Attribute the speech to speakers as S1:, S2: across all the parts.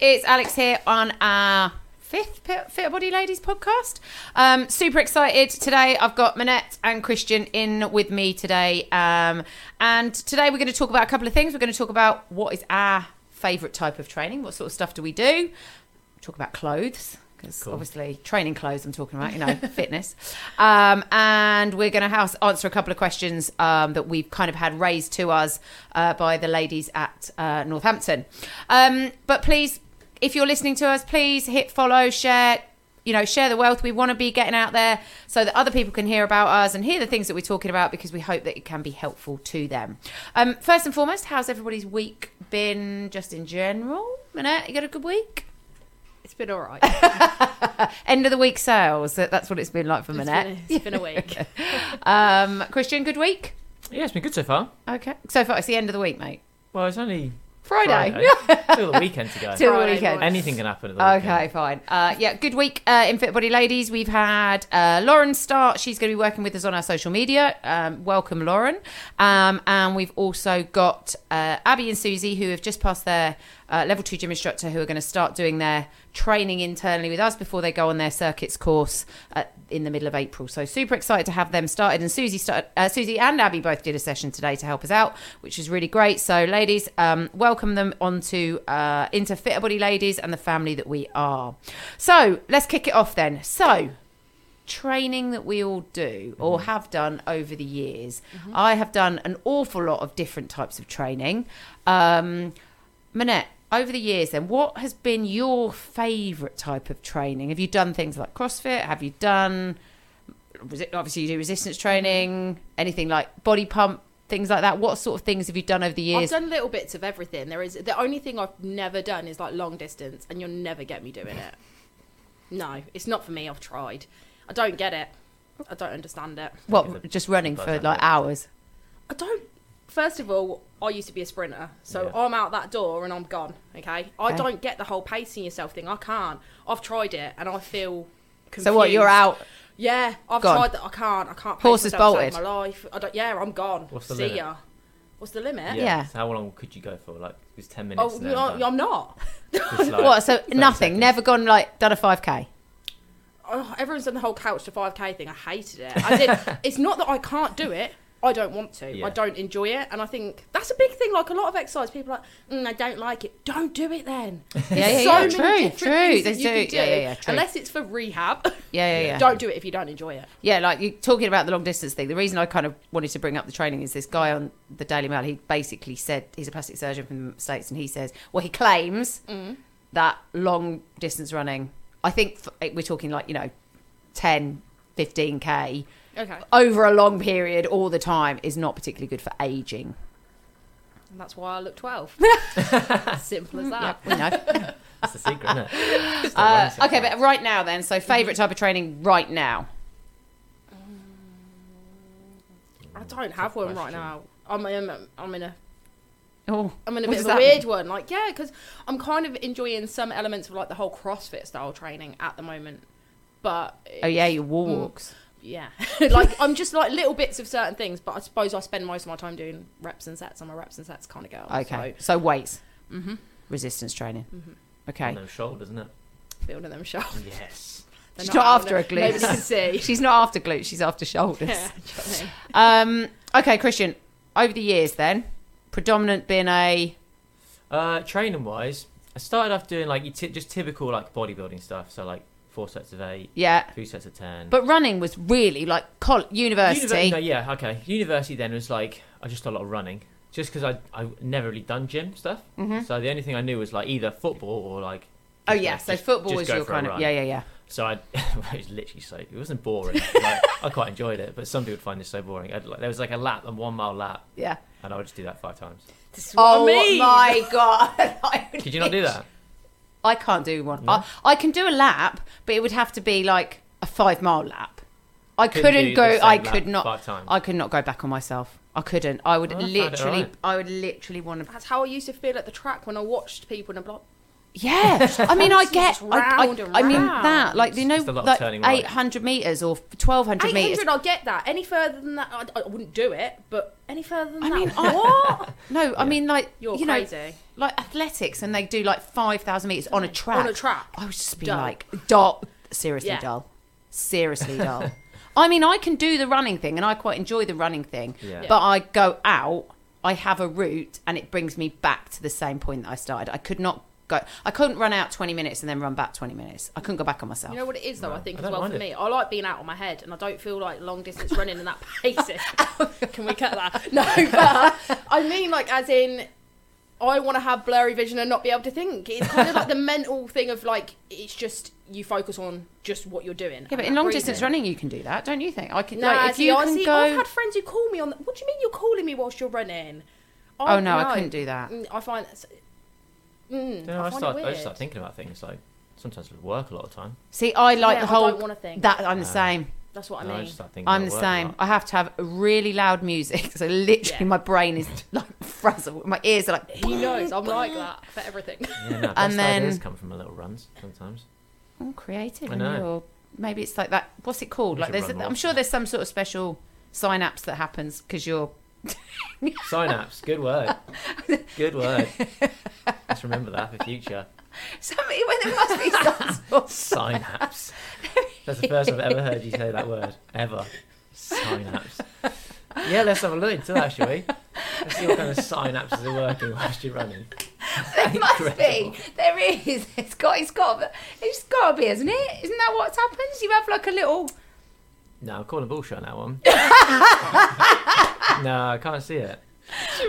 S1: It's Alex here on our fifth Fit Fitter Body Ladies podcast. Um, super excited today. I've got Manette and Christian in with me today, um, and today we're going to talk about a couple of things. We're going to talk about what is our favourite type of training. What sort of stuff do we do? Talk about clothes. Because obviously, training clothes I'm talking about, you know, fitness. Um, and we're going to house answer a couple of questions um, that we've kind of had raised to us uh, by the ladies at uh, Northampton. Um, but please if you're listening to us, please hit follow, share, you know, share the wealth. We want to be getting out there so that other people can hear about us and hear the things that we're talking about because we hope that it can be helpful to them. Um, first and foremost, how's everybody's week been just in general? Manette, you got a good week?
S2: It's been all right.
S1: End of the week sales. that- That's what it's been like for
S2: It's
S1: Manette.
S2: been, it's been a week.
S1: Um, Christian, good week?
S3: Yeah, it's been good so far.
S1: Okay. So far, it's the end of the week, mate.
S3: Well, it's only
S1: Friday.
S3: Friday. Still the weekend to go.
S1: Till the
S2: Friday
S1: weekend.
S2: morning.
S3: Anything can happen at the
S1: Okay, fine. Uh, yeah, good week uh, in Fit Body Ladies. We've had uh, Lauren start. She's going to be working with us on our social media. Um, welcome, Lauren. Um, and we've also got uh, Abby and Susie, who have just passed their uh, level two gym instructor, who are going to start doing their training internally with us before they go on their circuits course at, in the middle of April. So super excited to have them started. And Susie started, uh, Susie and Abby both did a session today to help us out, which is really great. So ladies, um, welcome them onto uh, into Fitter Body Ladies and the family that we are. So let's kick it off then. So training that we all do or have done over the years. I have done an awful lot of different types of training. Um, Manette, over the years, then, what has been your favourite type of training? Have you done things like CrossFit? Have you done, resi- obviously, you do resistance training, anything like body pump, things like that? What sort of things have you done over the
S2: I've
S1: years?
S2: done little bits of everything. There is the only thing I've never done is like long distance, and you'll never get me doing it. No, it's not for me. I've tried. I don't get it. I don't understand it.
S1: what, just running for like hours?
S2: I don't. First of all, I used to be a sprinter, so
S3: Yeah.
S2: I'm out that door and I'm gone. Okay, I
S1: Okay.
S2: don't get the whole pacing yourself thing. I can't. I've tried it, and I feel. Confused.
S1: So, what, you're out?
S2: Yeah, I've
S1: Gone.
S2: tried that. I can't. I can't. pace
S1: Horse is
S2: myself to save
S1: bolted.
S2: My life. I don't. Yeah, I'm gone.
S3: What's the
S2: See
S3: limit?
S2: ya. What's the limit?
S3: weekend.
S1: Yeah.
S3: So how long could you go for? Like, it was 10 minutes.
S2: Oh,
S3: and
S2: no,
S3: then I'm
S2: I'm,
S3: done.
S2: not.
S3: Just like
S1: what, so
S3: 30
S1: nothing?
S3: seconds.
S1: Never gone like, done a 5K?
S2: Oh, everyone's done the whole couch to 5k thing. I hated it. I did. it's not that I can't do it. I don't want to.
S3: Yeah.
S2: I don't enjoy it. And I think that's a big thing. Like a lot of exercise, people are like, mm, I don't like it. Don't do it then.
S1: Yeah,
S2: There's
S1: yeah, yeah.
S2: so
S1: True,
S2: many different
S1: true.
S2: things that
S1: There's
S2: you
S1: do-
S2: can do.
S1: yeah, yeah, yeah, true.
S2: Unless it's for rehab.
S1: Yeah, yeah, yeah.
S2: Don't do it if you don't enjoy it.
S1: Yeah, like you're talking about the long distance thing. The reason I kind of wanted to bring up the training is this guy on the Daily Mail. He basically said he's a plastic surgeon from the States, and he says, well, he claims
S2: Mm.
S1: that long distance running, I think f- we're talking like, you know, 10, 15K
S2: Okay.
S1: over a long period all the time is not particularly good for aging.
S2: And that's why I look 12. Simple as that.
S1: Yep, we know.
S3: That's the secret, isn't it? It's the
S1: Uh,
S3: one secret.
S1: okay, but right now then, so favourite
S2: Mm-hmm.
S1: type of training right now?
S2: I don't have one right
S3: question.
S2: now. I'm, I'm, I'm in a
S1: Oh,
S2: I'm in a
S1: what
S2: bit
S1: does
S2: of a
S1: that mean?
S2: weird one. Like, yeah, because I'm kind of enjoying some elements of like the whole CrossFit style training at the moment. But
S1: Oh, yeah,
S2: Mm.
S1: your walks.
S2: yeah, like I'm just like little bits of certain things. But I suppose I spend most of my time doing reps and sets. I'm a reps and sets kind of girl.
S1: Okay, so, weights,
S3: Mm-hmm.
S1: resistance training. Okay.
S3: On those shoulders, isn't it?
S2: so building them shoulders.
S3: Yes.
S2: They're
S1: She's not
S2: having
S1: after
S2: them.
S1: her
S2: Maybe you can see.
S1: She's not after glutes, she's after shoulders.
S2: yeah, do you know what I mean?
S1: Um, okay, Christian, over the years then, predominant been a.
S3: Uh, training wise, I started off doing like your t- just typical like bodybuilding stuff. So, like, four sets of eight,
S1: Yeah.
S3: two sets of ten.
S1: But running was really like col- university.
S3: Univer- no, yeah, okay. University then was like I just did a lot of running, just because I I never really done gym stuff. So the only thing I knew was like either football or like.
S1: Mm-hmm. oh,
S3: just,
S1: yeah.
S3: like,
S1: So
S3: just-
S1: football
S3: just
S1: was
S3: go
S1: your
S3: for a
S1: kind of.
S3: run.
S1: Yeah, yeah, yeah.
S3: So I it was literally so it wasn't boring. like, I quite enjoyed it, but some people find this so boring. I'd, like, there was like a lap, a one mile lap,
S1: Yeah.
S3: and I would just do that five times.
S2: This is what
S1: Oh
S2: I mean.
S1: my god!
S3: Could you not do that?
S1: I can't do one.
S3: No?
S1: I, I can do a lap, but it would have to be like a five mile lap. I
S3: Couldn't
S1: couldn't,
S3: do
S1: go.
S3: the same
S1: I
S3: lap
S1: could not.
S3: five times.
S1: I could not go back on myself. I couldn't. I would
S3: Oh, I found it
S1: literally.
S3: alright.
S1: I would literally want to
S2: That's how I used to feel at the track when I watched people and I'm like,
S1: Yeah, I mean, I get.
S2: Just
S1: I, I-
S2: round and
S1: I mean
S2: round.
S1: that, like you know,
S3: Just a lot of
S1: like
S3: turning right.
S1: eight hundred meters or twelve hundred meters.
S2: 800, I'll get that. Any further than that, I, I wouldn't do it, but any further than
S1: I
S2: that,
S1: mean, I-
S2: what?
S1: No, I mean like
S2: You're
S1: you know,
S2: crazy.
S1: like athletics, and they do like five thousand meters on a track.
S2: Mm. On a track.
S1: I would just be
S2: Dull.
S1: like, dull. Seriously,
S2: Yeah.
S1: dull. Seriously, dull. I mean, I can do the running thing, and I quite enjoy the running thing.
S3: Yeah.
S1: But I go out, I have a route, and it brings me back to the same point that I started. I could not go. I couldn't run out twenty minutes and then run back twenty minutes. I couldn't go back on myself.
S2: You know what it is, though, I think,
S3: I
S2: as
S3: don't
S2: well,
S3: mind
S2: for
S3: it.
S2: me? I like being out on my head, and I don't feel like long distance running in that paces. Can we cut that? No, but I mean, like, as in, I want to have blurry vision and not be able to think. It's kind of like the mental thing of, like, it's just you focus on just what you're doing.
S1: yeah, but in long distance running, you can do that, don't you think? I can.
S2: No,
S1: like, if you
S2: I
S1: can
S2: see,
S1: go,
S2: I've had friends who call me on. The, what do you mean you're calling me whilst you're running? I,
S1: Oh, no, I couldn't do that.
S2: Mm, I find. that's- Mm,
S3: No, I,
S2: I, find
S3: start,
S2: it
S3: I
S2: weird.
S3: just start thinking about things like sometimes at work a lot of time.
S1: see, I like
S2: Yeah,
S1: the
S2: I don't
S1: whole.
S2: wanna think.
S1: That I'm the
S3: No.
S1: same.
S2: That's what I
S3: And I
S2: mean.
S3: just start thinking
S1: I'm
S3: about
S1: the
S3: work a
S1: same.
S3: lot.
S1: I have to have really loud music. So literally,
S2: Yeah.
S1: my brain is like frazzled. My ears are like.
S2: he knows. I'm like that for everything.
S3: Yeah, no, best
S1: then-
S3: ideas come from a little runs sometimes.
S1: I'm creative.
S3: I
S1: and
S3: know.
S1: you're- Maybe it's like that. What's it called?
S3: You
S1: Like
S3: should
S1: there's.
S3: run
S1: A,
S3: more.
S1: I'm sure there's some sort of special synapse that happens because you're.
S3: Synapse, good word. Good word. Just remember that for future.
S1: Somebody, well, there must be some sort.
S3: Synapse. That's the first I've ever heard you say that word ever. Synapse. Yeah, let's have a look into that, shall we? Let's see what kind of synapses are working whilst you're running.
S1: There must be.
S3: Incredible.
S1: There is. It's got. It's got. It's got to be, isn't it? Isn't that what happens? You have like a little.
S3: No, I'm calling bullshit on that one. no, I can't see it.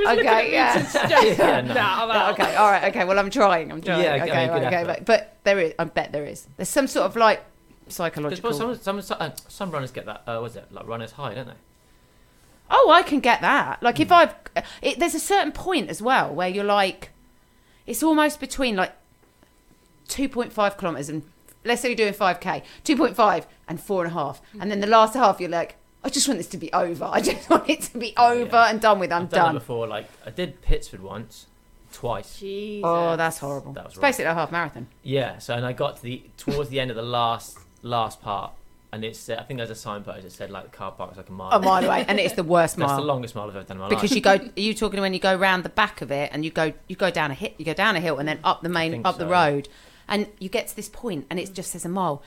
S1: Okay. Yeah.
S3: yeah, no.
S2: Nah, I'm out.
S1: Okay, all right, okay. Well, I'm trying. I'm trying.
S3: Yeah,
S1: okay,
S3: okay,
S1: okay,
S3: good
S1: okay.
S3: effort.
S1: But, but there is. I bet there is. There's some sort of like psychological.
S3: Because some, some, some, uh, some runners get that, uh, what is it, like runner's high, don't they?
S1: Oh, I can get that. Like if I've, it, there's a certain point as well where you're like, it's almost between like 2.5 kilometers and let's say you're doing 5k, 2.5 and four and a half, and then the last half you're like, I just want this to be over. I just want it to be over
S3: Yeah.
S1: and done with. I'm
S3: I've done, it
S1: done.
S3: before. Like I did Pittsford once, twice.
S2: Jesus.
S1: Oh, that's horrible.
S3: That was
S1: it's
S3: rough.
S1: basically a half marathon.
S3: Yeah. So and I got to the towards the end of the last last part, and it's uh, I think there's a signpost that said like the car park was like a mile.
S1: A mile away, and it's the worst
S3: That's
S1: mile.
S3: the longest mile I've ever done in my
S1: because
S3: life.
S1: you go are you talking when you go round the back of it and you go you go down a hit you go down a hill and then up the main
S3: think
S1: up the
S3: so.
S1: road and you get to this point and it just says a mile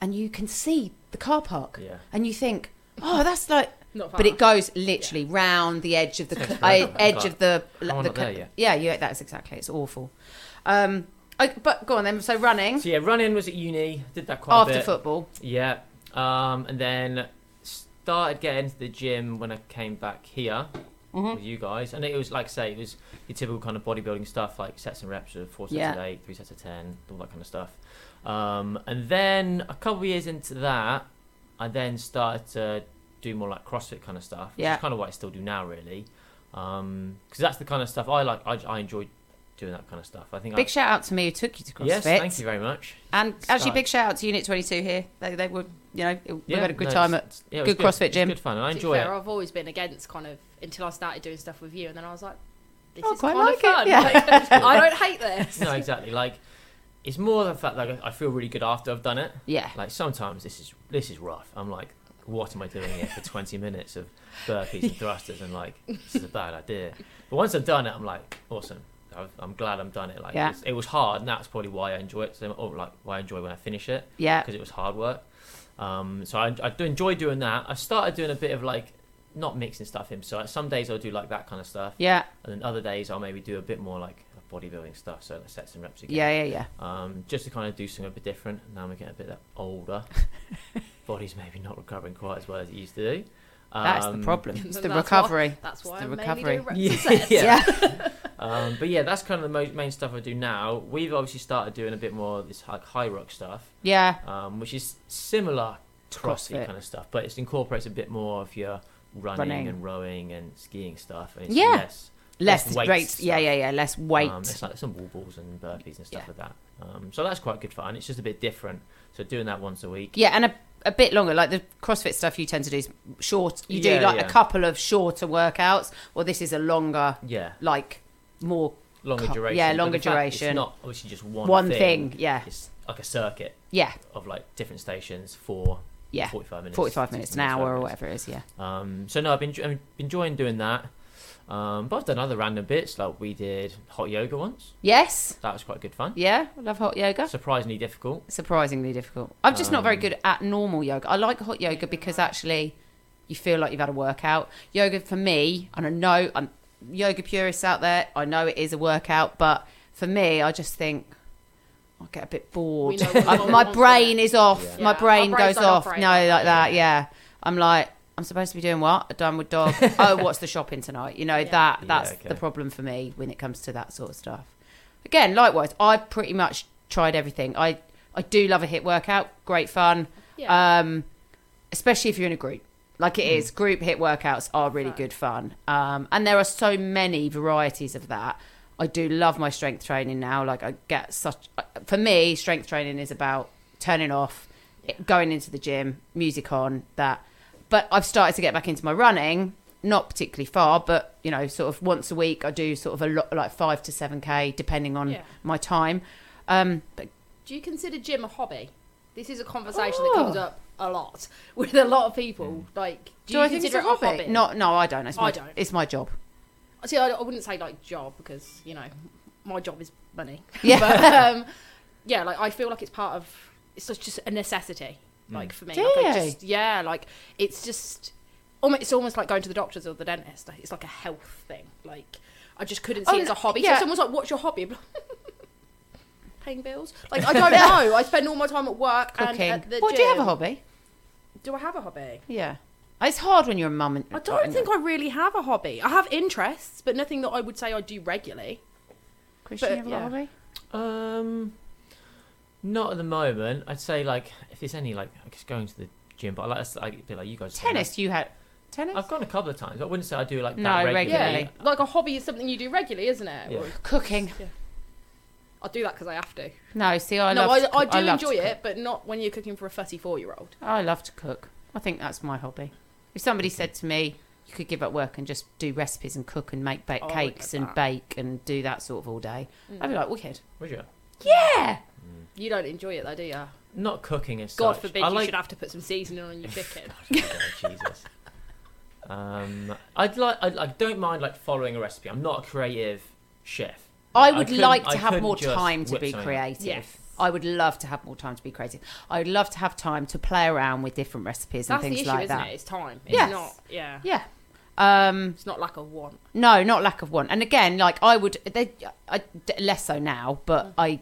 S1: and you can see the car park
S3: Yeah.
S1: and you think oh that's like
S2: Not far.
S1: but it goes literally round the edge of the
S3: Takes
S1: I-
S3: forever.
S1: edge of the,
S3: How am I
S1: the
S3: not there yet?
S1: yeah yeah that's exactly it's awful um I, but go on then so running
S3: So yeah, running was at uni. Did that quite a
S1: after
S3: bit.
S1: football
S3: Yeah. Um, and then started getting to the gym when I came back here
S1: Mm-hmm.
S3: with you guys, and it was like I say, it was your typical kind of bodybuilding stuff, like sets and reps of four sets
S1: Yeah.
S3: of eight, three sets of ten, all that kind of stuff. Um, and then a couple of years into that, I then started to do more like CrossFit kind of stuff, which
S1: Yeah.
S3: is kind of what I still do now, really, because that's the kind of stuff I like. I, I enjoy doing that kind of stuff. I think.
S1: big
S3: I,
S1: shout out to me who took you to CrossFit
S3: Yes, thank you very much.
S1: and actually
S3: Start.
S1: big shout out to Unit 22 here they, they were you know we had a good
S3: no,
S1: time at
S3: it's- yeah, it was
S1: good CrossFit
S3: It's
S1: gym.
S3: Good fun. I
S2: To be
S3: enjoy it.
S2: fair, I've always been against kind of until I started doing stuff with you, and then I was like, this
S1: I
S2: is
S1: Oh, quite
S2: kind
S1: like
S2: of
S1: it,
S2: fun.
S1: yeah.
S2: Like, I don't hate this.
S3: no, exactly. Like, it's more the fact that I feel really good after I've done it.
S1: yeah
S3: Like sometimes this is this is rough. I'm like, what am I doing here for 20 minutes of burpees and thrusters? And like, this is a bad idea. But once I've done it, I'm like, awesome. I've, I'm glad I'm done it. Like,
S1: Yeah.
S3: it's, it was hard, and that's probably why I enjoy it. So, or like, why I enjoy when I finish it
S1: yeah
S3: because it was hard work. Um, so I, I do enjoy doing that. I started doing a bit of like not mixing stuff in. So like, some days I'll do like that kind of stuff,
S1: Yeah,
S3: and then other days I'll maybe do a bit more like bodybuilding stuff. So like sets and reps again.
S1: yeah, yeah, yeah.
S3: um, just to kind of do something a bit different. Now we're getting a bit uh, older. Body's maybe not recovering quite as well as it used to do.
S1: That's
S3: Um,
S1: the problem.
S2: And
S1: It's the
S2: that's why-
S1: recovery.
S2: That's why
S1: the
S2: I'm mainly
S1: recovery.
S2: doing reps and
S3: Yeah,
S2: sets.
S3: yeah. Um, but yeah, that's kind of the mo- main stuff I do now. We've obviously started doing a bit more of this like high rock stuff,
S1: Yeah,
S3: um, which is similar to CrossFit,
S1: CrossFit.
S3: kind of stuff, but it incorporates a bit more of your running,
S1: Running.
S3: and rowing and skiing stuff. And it's
S1: Yeah.
S3: less,
S1: less
S3: Less weight
S1: weight. Yeah,
S3: stuff.
S1: yeah, yeah. Less weight.
S3: Um, it's like some wall balls and burpees and stuff
S1: Yeah.
S3: like that. Um, so that's quite good fun. It's just a bit different. So doing that once a week.
S1: yeah, and a, a bit longer. Like the CrossFit stuff you tend to do is short. You do
S3: Yeah,
S1: like
S3: yeah.
S1: a couple of shorter workouts. Well, this is a longer,
S3: Yeah.
S1: like more
S3: longer
S1: Can't-
S3: duration.
S1: yeah,
S3: but
S1: longer
S3: the fact
S1: duration.
S3: It's not obviously just one,
S1: One thing, yeah.
S3: It's like a circuit
S1: Yeah,
S3: of like different stations for
S1: yeah.
S3: 45 minutes.
S1: 45 minutes, an
S3: 60
S1: hour, or
S3: 45
S1: whatever it is, yeah.
S3: minutes. Um, so no, I've been enjo- I've been enjoying doing that. Um, but I've done other random bits like we did hot yoga once.
S1: Yes,
S3: That was quite good fun.
S1: yeah, I love hot yoga.
S3: Surprisingly difficult.
S1: Surprisingly difficult. I'm just not very
S3: Um,
S1: good at normal yoga. I like hot yoga because actually you feel like you've had a workout. Yoga for me, and I know I'm yoga purists out there, I know it is a workout, but for me, I just think I get a bit bored.
S2: know what
S1: I-
S2: Lauren
S1: my
S2: wants,
S1: brain
S2: innit?
S1: is off.
S3: Yeah.
S1: My
S2: Yeah,
S1: brain
S2: our brains
S1: goes
S2: don't
S1: off. No, like
S2: operate like that.
S1: that, yeah. I'm like, I'm supposed to be doing what? A downward dog. oh, what's the shopping tonight? You know,
S2: Yeah.
S1: that
S3: Yeah,
S1: that's
S3: okay.
S1: the problem for me when it comes to that sort of stuff. Again, likewise, I've pretty much tried everything. I I do love a hit workout, great fun.
S2: Yeah. Mm.
S1: Um, especially if you're in a group. Like it is, group hit workouts are really
S2: Right.
S1: good fun. Um, and there are so many varieties of that. I do love my strength training now. Like I get such uh, for me, strength training is about turning off, going into the gym, music on, that. But I've started to get back into my running, not particularly far, but you know, sort of once a week I do sort of a lot like 5 to 7k depending on
S2: Yeah.
S1: my time. Um, but
S2: Do you consider gym a hobby? This is a conversation
S1: Oh.
S2: that comes up a lot with a lot of people.
S3: Hmm.
S2: Like, do,
S1: do,
S2: you
S1: I think it's
S2: consider
S1: a
S2: it
S1: hobby?
S2: a hobby?
S1: No, no, I don't. It's
S2: I
S1: my,
S2: don't.
S1: It's my job.
S2: See, I, I wouldn't say like job because you know my job is money.
S1: Yeah.
S2: but, um, yeah, like I feel like it's part of it's just- just a necessity. Like for me,
S1: Do
S2: like, I
S1: you?
S2: just, yeah, like it's just almost it's almost like going to the doctors or the dentist. Like, It's like a health thing. Like I just couldn't see
S1: Oh,
S2: it as a hobby.
S1: yeah.
S2: So someone's like, "What's your hobby?" I'm like, Paying bills. Like I don't know. I spend all my time at work and
S1: Cooking.
S2: at the
S1: What do you have a
S2: gym.
S1: hobby?
S2: Do I have a hobby?
S1: Yeah. It's hard when you're a mum. and-
S2: I don't think I really have a hobby. I have interests, but nothing that I would say I do regularly.
S1: Christian
S2: but,
S1: you have
S2: yeah.
S1: a hobby.
S3: Um, not at the moment. I'd say like if there's any like I guess going to the gym, but I like I feel like you guys. say, like,
S1: Tennis. You had tennis.
S3: I've gone a couple of times. but I wouldn't say I do like that
S1: No,
S3: regularly.
S1: regularly.
S2: Like a hobby is something you do regularly, isn't it?
S3: Yeah.
S2: Or-
S1: Cooking.
S2: I do that because I have to.
S1: No, see, I
S2: no,
S1: love.
S2: I,
S1: to
S2: I
S1: cook.
S2: do
S1: love to
S2: enjoy
S1: cook.
S2: it, but not when you're cooking for a 34 year old.
S1: I love to cook. I think that's my hobby. If somebody said to me, "You could give up work and just do recipes and cook and make bake
S2: Oh, I get
S1: cakes and
S2: that. Mm.
S1: bake and do that sort of all day," I'd be like, "Wicked."
S3: Would you?
S1: Yeah.
S2: You don't enjoy it though, do you?
S3: Not cooking as
S2: God
S3: such.
S2: forbid
S3: I
S2: you
S3: like...
S2: should have to put some seasoning on your chicken.
S3: Oh, Jesus. Um, I'd like. I, I don't mind like following a recipe. I'm not a creative chef.
S1: I would
S3: couldn't-
S1: like
S3: I
S1: to have
S3: couldn't
S1: more
S3: just
S1: time to
S3: whip
S1: be
S3: something up.
S1: creative.
S2: Yes.
S1: I would love to have more time to be creative. I would love to have time to play around with different recipes and
S2: That's the
S1: things
S2: issue,
S1: like
S2: isn't
S1: that.
S2: it? It's time. It's
S1: Yes.
S2: not. Yeah.
S1: Yeah. Um,
S2: It's not like a want.
S1: No, not lack of want. And again, like I would, they, I, d- less so now, but
S2: Mm-hmm.
S1: I,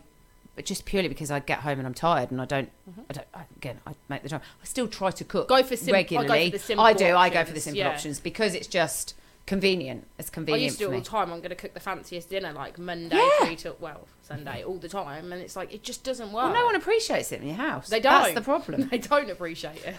S1: but just purely because I get home and I'm tired and I don't, I don't. I- Again, I make the time. I still try to cook
S2: Mm-hmm. Go for sim- I go for the
S1: regularly.
S2: simple
S1: I do. I go for the
S2: options,
S1: simple
S2: yeah.
S1: options because it's just convenient. It's
S2: I
S1: convenient
S2: used to
S1: for
S2: do it all
S1: me.
S2: the time. I'm going to cook the fanciest dinner like Monday,
S1: Yeah.
S2: three till, well, Sunday, all the time. And it's like, it just doesn't work.
S1: Well, no one appreciates it in your house.
S2: They
S1: That's
S2: don't.
S1: the problem.
S2: I don't appreciate it.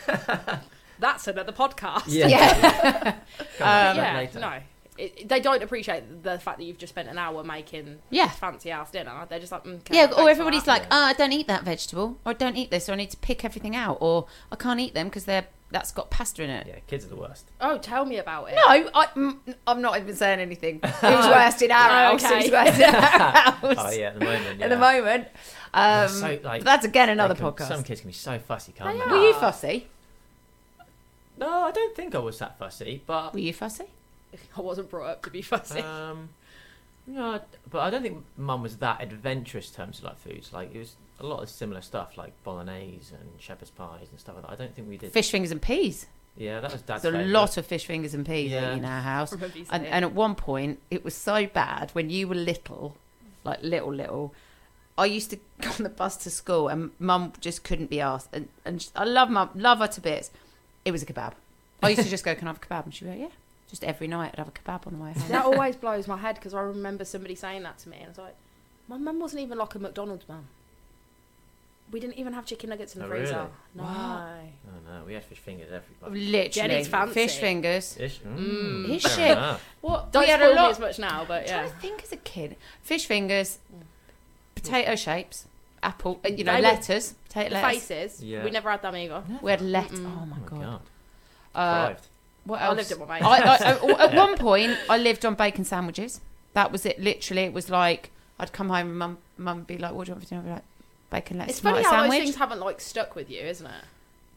S2: That's another podcast.
S3: Yeah.
S1: yeah. Uh,
S3: Come on,
S2: But
S3: like
S2: yeah,
S3: later.
S2: no. It, it- they don't appreciate the fact that you've just spent an hour making
S1: Yeah.
S2: fancy ass dinner. They're just like, mm, okay,
S1: Yeah,
S2: thanks
S1: or
S2: for
S1: everybody's
S2: that.
S1: like,
S3: Yeah.
S1: oh, I don't eat that vegetable, or I don't eat this, or I need to pick everything out, or I can't eat them because they're that's got pasta in it.
S3: Yeah, kids are the worst.
S2: oh, tell me about it.
S1: No, I, mm, I'm not even saying anything. It was worst in our
S2: Oh,
S1: house. It was
S2: okay.
S1: worst in our house.
S3: Oh yeah, at the moment. Yeah.
S1: At the moment. Um,
S3: so, like,
S1: but that's again another
S3: They can- Some Ah.
S1: podcast.
S3: kids can be so fussy, can't
S2: They
S3: they?
S2: are.
S1: Were you fussy?
S3: No, I don't think I was that fussy, but
S1: Were you fussy?
S2: I wasn't brought up to be fussy.
S1: Uh,
S3: Um, no, but I don't think Mum was that adventurous in terms of like foods. Like it was a lot of similar stuff, like bolognese and shepherd's pies and stuff like that. I don't think we did.
S1: Fish fingers and peas.
S3: Yeah, that was Dad's.
S1: There's a
S3: favourite.
S1: lot of fish fingers and peas
S3: Yeah.
S1: in our
S2: I
S1: house.
S2: remember you
S1: And,
S2: saying.
S1: and at one point, it was so bad when you were little, like little, little. I used to go on the bus to school, and Mum just couldn't be asked. And, and sh I love Mum, love her to bits. It was a kebab. I used to just go, "Can I have a kebab?" And she would go, "Yeah." Just every night, I'd have a kebab on the way home.
S2: that always blows my head because I remember somebody saying that to me, and I was like, my mum wasn't even like a McDonald's mum. We didn't even have chicken nuggets in the
S3: Oh,
S2: freezer.
S3: really?
S2: No.
S3: Oh no, we had fish fingers every.
S1: Literally,
S2: Jenny's fancy.
S1: fish fingers.
S3: Ish.
S2: Mm.
S1: Ish.
S3: fair enough.
S1: What?
S2: Don't
S1: we had
S2: spoil
S1: a
S2: me
S1: lot.
S2: as much now, but
S1: I'm
S2: yeah. Mm.
S1: trying to think as a kid. Fish fingers, potato shapes, apple, uh, you know,
S2: They were-
S1: lettuce, potato lettuce.
S2: Faces.
S3: Yeah.
S2: We never had them either.
S1: We had lettuce.
S2: Mm-mm.
S1: Oh my
S3: Oh my
S1: god.
S3: god.
S1: Uh,
S3: Thrived.
S1: what
S2: I
S1: else?
S2: lived at my mate's.
S1: I, I, I- at one point, I lived on bacon sandwiches. That was it. Literally, it was like I'd come home and mum, mum would be like, "What do you want for dinner?" I'd be like, "Bacon, lettuce,
S2: It's funny
S1: tomato
S2: how
S1: sandwich."
S2: those things haven't like stuck with you, isn't it?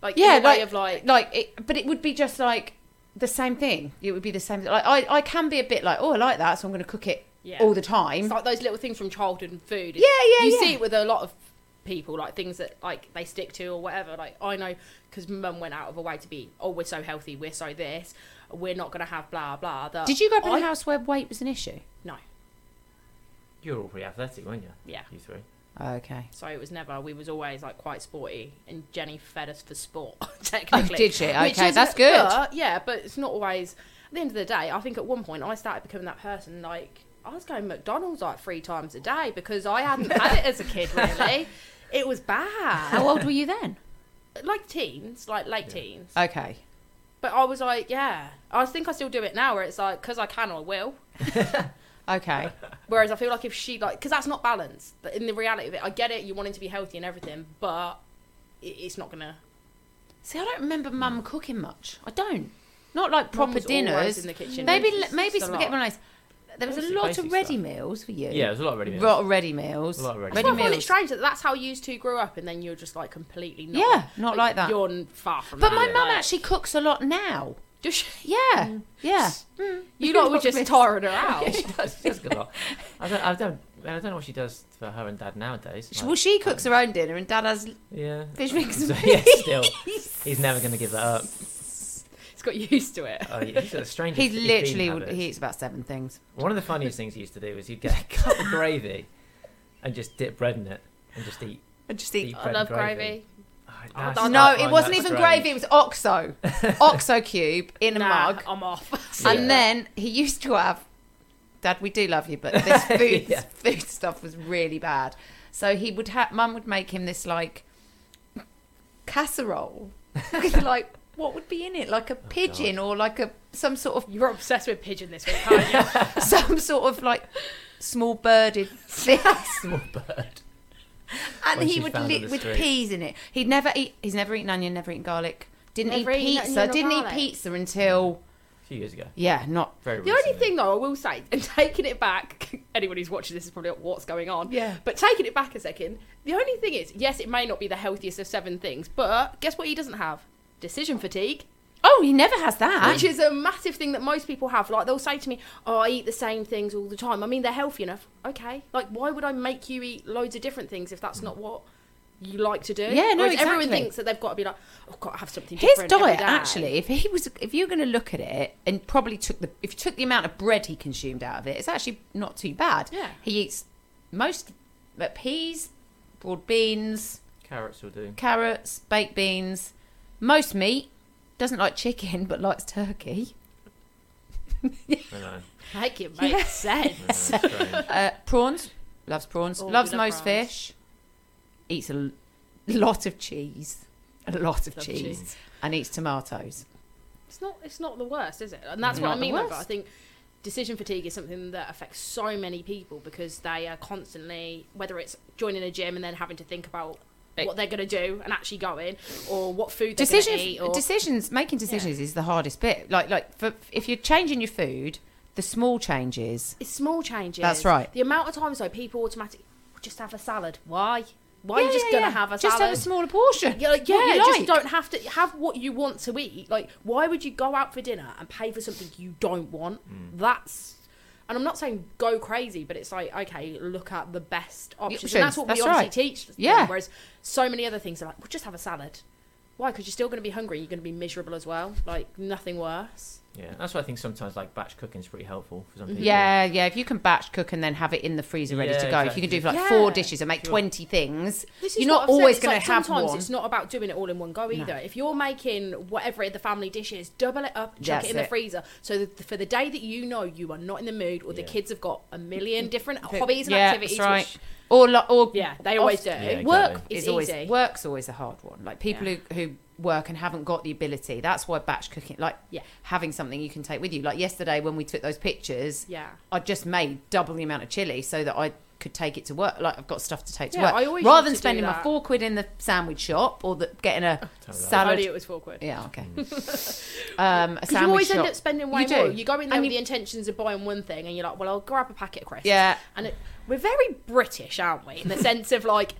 S2: Like
S1: Yeah,
S2: yeah, way
S1: like-
S2: of like
S1: like it, but it would be just like the same thing it would be the same like i i can be a bit like oh i like that so i'm going to cook it
S2: yeah.
S1: all the time
S2: It's like those little things from childhood and food.
S1: Yeah, yeah,
S2: You
S1: yeah.
S2: see it with a lot of people, like things that like they stick to or whatever. Like I know because mum went out of her way to be, oh, we're so healthy, we're so this, we're not gonna have blah blah. That
S1: did you grow up in
S2: I-
S1: a house where weight was an issue
S2: No,
S3: You were all pretty athletic, weren't you?
S2: yeah.
S3: You three.
S1: okay
S2: So it was never. We was always like quite sporty, and Jenny fed us for sport.
S1: Oh,
S2: Technically,
S1: did she?
S2: Which
S1: Okay,
S2: is-
S1: that's good.
S2: but- yeah, but it's not always. At the end of the day, I think at one point I started becoming that person. Like I was going McDonald's like three times a day because I hadn't had it as a kid. Really, it was bad.
S1: how old were you then
S2: Like teens, like late teens.
S1: okay
S2: But I was like, yeah. I think I still do it now, where it's like, because I can, I will.
S1: okay
S2: Whereas I feel like if she like, because that's not balanced. But in the reality of it, I get it. You want him to be healthy and everything, but it, it's not gonna.
S1: see i don't remember mum cooking much i don't not like proper
S2: Mum was always
S1: dinners
S2: in the kitchen.
S1: maybe
S2: It's
S1: maybe
S2: just a
S1: spaghetti
S2: lot.
S1: bolognese there was a
S3: Basic-
S1: lot
S3: basic
S1: of
S3: stuff.
S1: ready meals for you
S3: Yeah, there's a lot of ready
S1: a
S3: meals.
S1: lot of ready meals
S3: A lot of ready
S2: That's
S3: Ready
S2: why I find it
S1: meals.
S2: strange that that's how you two grew up, and then you're just like completely not.
S1: yeah not like that
S2: You're n- far from.
S1: but
S2: that.
S1: my
S2: Like,
S1: mum actually cooks a lot now
S2: does she-
S1: yeah yeah Mm.
S2: you lot were just tiring her out.
S3: she does, she does cook a lot. I don't, I don't, I don't know what she does for her and dad nowadays.
S1: She-
S3: Like, um,
S1: Well, she cooks her own dinner, and Dad has
S3: yeah.
S1: fish wings
S3: So,
S1: and
S3: yeah,
S1: peas.
S3: still, he's never going to give that up.
S2: He's got used to it.
S3: Oh, yeah, he's a stranger.
S1: He's
S3: to eating
S1: literally
S3: habits.
S1: he eats about seven things.
S3: One of the funniest things he used to do was he'd get a cup of gravy and just dip bread in it and just eat.
S1: I just eat.
S3: Deep.
S2: I
S3: Bread
S2: love
S3: and gravy.
S2: gravy.
S3: Oh,
S2: Oh,
S3: that's-
S2: that's-
S1: No,
S3: I
S1: it
S3: find
S1: wasn't
S3: that's
S1: even
S3: strange.
S1: gravy. It was oxo, oxo cube in a
S2: Nah,
S1: mug.
S2: I'm off.
S3: Yeah.
S1: And then he used to have, Dad, we do love you, but this food
S3: Yeah.
S1: food stuff was really bad. So he would have Mum would make him this like casserole with like what would be in it, like a
S3: Oh,
S1: pigeon or like a some sort of
S2: You're obsessed with pigeon this week, aren't you?
S1: some sort of like small birded thing.
S3: Small bird.
S1: and
S3: When
S1: he
S3: she
S1: would
S3: found on
S1: lit
S3: the
S1: with
S3: street.
S1: peas in it. He'd never eat. He's never eaten onion. Never eaten garlic. Didn't
S2: Never eaten
S1: eat
S2: onion
S1: pizza.
S2: or
S1: Didn't eat
S2: garlic.
S1: pizza until
S3: A few years ago.
S1: yeah, not
S3: Very
S2: The only
S3: recently.
S2: thing, though, I will say, and taking it back, anyone who's watching this is probably like, what's going on.
S1: Yeah.
S2: But taking it back a second, the only thing is, yes, it may not be the healthiest of seven things, but guess what? He doesn't have decision fatigue,
S1: Oh, he never has that.
S2: which is a massive thing that most people have. Like they'll say to me, "Oh, I eat the same things all the time." I mean, they're healthy enough. Okay. Like, why would I make you eat loads of different things if that's not what you like to do?
S1: Yeah, no,
S2: Whereas Everyone
S1: exactly.
S2: thinks that they've got to be like, "Oh, got to have something."
S1: His
S2: different every
S1: diet
S2: day."
S1: actually, if he was, if you're going to look at it, and probably took the, if you took the amount of bread he consumed out of it, it's actually not too bad.
S2: Yeah.
S1: He eats most but peas, broad beans,
S3: Carrots will do.
S1: carrots, baked beans, most meat. Doesn't like chicken, but likes turkey.
S3: I know.
S2: Make it make
S1: Yeah.
S2: sense.
S3: I know, strange.
S1: Uh, prawns. Loves prawns.
S2: Oh,
S1: loves
S2: we love
S1: most
S2: prawns.
S1: fish. Eats a l- lot of cheese. A lot of
S2: Love
S1: cheese.
S2: cheese.
S1: And eats tomatoes.
S2: It's not. It's not the worst, is it? And that's what
S1: Not
S2: I
S1: the
S2: mean. Like,
S1: worst.
S2: I think decision fatigue is something that affects so many people because they are constantly, whether it's joining a gym and then having to think about
S1: It-
S2: what they're going to do and actually going, or what food they're
S1: Decision,
S2: going to eat, or
S1: decisions, making decisions is the hardest bit. Like, like for, if you're changing your food, the small changes.
S2: it's small changes.
S1: That's right.
S2: The amount of times though people automatically just have a salad. Why? Why are
S1: Yeah,
S2: you just
S1: yeah,
S2: going to
S1: yeah.
S2: have a
S1: Just
S2: salad?
S1: have a smaller portion.
S2: Yeah, like, yeah,
S1: What you like.
S2: just don't have to have what you want to eat. Like, why would you go out for dinner and pay for something you don't want? That's, and I'm not saying go crazy, but it's like, okay, look at the best options.
S1: options,
S2: And that's what
S1: that's
S2: we
S1: right.
S2: obviously teach. them,
S1: Yeah.
S2: Whereas so many other things are like, well, just have a salad. Why? Because you're still going to be hungry. You're going to be miserable as well. Like, nothing worse.
S3: Yeah, that's why I think sometimes like batch cooking is pretty helpful for some people.
S1: Yeah, yeah. If you can batch cook and then have it in the freezer ready
S3: Yeah,
S1: to go, if you
S3: exactly.
S1: can do like
S2: Yeah.
S1: four dishes and make
S3: Sure.
S1: twenty things,
S2: This is
S1: you're
S2: what
S1: not
S2: I've said,
S1: always
S2: it's
S1: going
S2: like
S1: to have
S2: sometimes
S1: one.
S2: It's not about doing it all in one go either. If you're making whatever the family dish is, double it up, chuck
S1: That's
S2: it in the
S1: it.
S2: freezer. So that for the day that you know you are not in the mood, or the
S3: Yeah.
S2: kids have got a million different hobbies and
S1: Mm. yeah,
S2: activities,
S1: that's right.
S2: which
S1: Or, lo- or
S2: yeah, they always do.
S1: Often-
S3: Yeah,
S2: Work
S3: exactly.
S2: is
S1: is always
S2: easy.
S1: work's always a hard one. Like people who, who work and haven't got the ability. That's why batch cooking, like
S2: Yeah.
S1: having something you can take with you. Like yesterday when we took those pictures,
S2: Yeah,
S1: I just made double the amount of chili so that I could take it to work. Like I've got stuff to take to
S2: Yeah,
S1: work.
S2: I always
S1: Rather
S2: used
S1: than
S2: to do
S1: spending my
S2: that.
S1: four quid in the sandwich shop or the, getting a
S3: Totally.
S1: salad.
S2: Only it was four quid.
S1: Yeah, okay. um, a
S2: Because you
S1: sandwich
S2: always
S1: shop.
S2: end up spending way
S1: You do.
S2: more. You go in there
S1: And you-
S2: with the intentions of buying one thing, and you're like, "Well, I'll grab a packet of crisps."
S1: Yeah.
S2: and it, we're very British, aren't we? In the sense of like,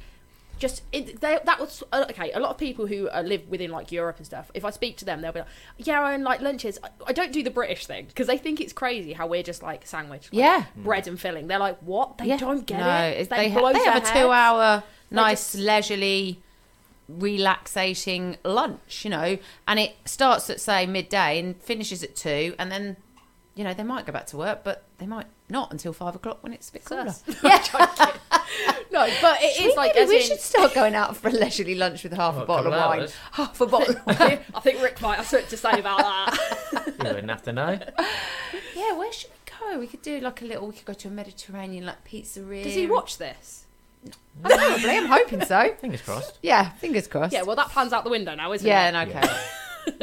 S2: just it, they, that was uh, okay. A lot of people who uh, live within like Europe and stuff. If I speak to them, they'll be like, "Yeah, I own like lunches. I, I don't do the British thing because they think it's crazy how we're just like sandwich, like,
S1: Yeah.
S2: bread and filling." They're like, "What? They
S1: Yeah.
S2: don't get
S1: no,
S2: it."
S1: it's- They, ha-
S2: blow
S1: they
S2: their
S1: have a
S2: heads.
S1: two-hour, nice,
S2: just-
S1: leisurely, relaxating lunch. You know, and it starts at say midday and finishes at two, and then you know they might go back to work, but they might not until five o'clock when it's a bit cooler.
S2: Sus. Yeah. no, but it is like
S1: Maybe
S2: as
S1: we
S2: in-
S1: should start going out for a leisurely lunch with half
S3: Oh,
S1: a
S3: a
S1: bottle of
S3: couple
S1: wine,
S3: hours.
S1: half a bottle. of wine.
S2: I think Rick might have something to say about that.
S3: You wouldn't have to know.
S1: yeah, where should we go? We could do like a little. We could go to a Mediterranean like pizzeria.
S2: Does he watch this?
S1: Probably. I'm hoping so.
S3: Fingers crossed.
S1: Yeah, fingers crossed.
S2: Yeah, well, that plan's out the window now, isn't
S1: yeah,
S2: it?
S1: and okay.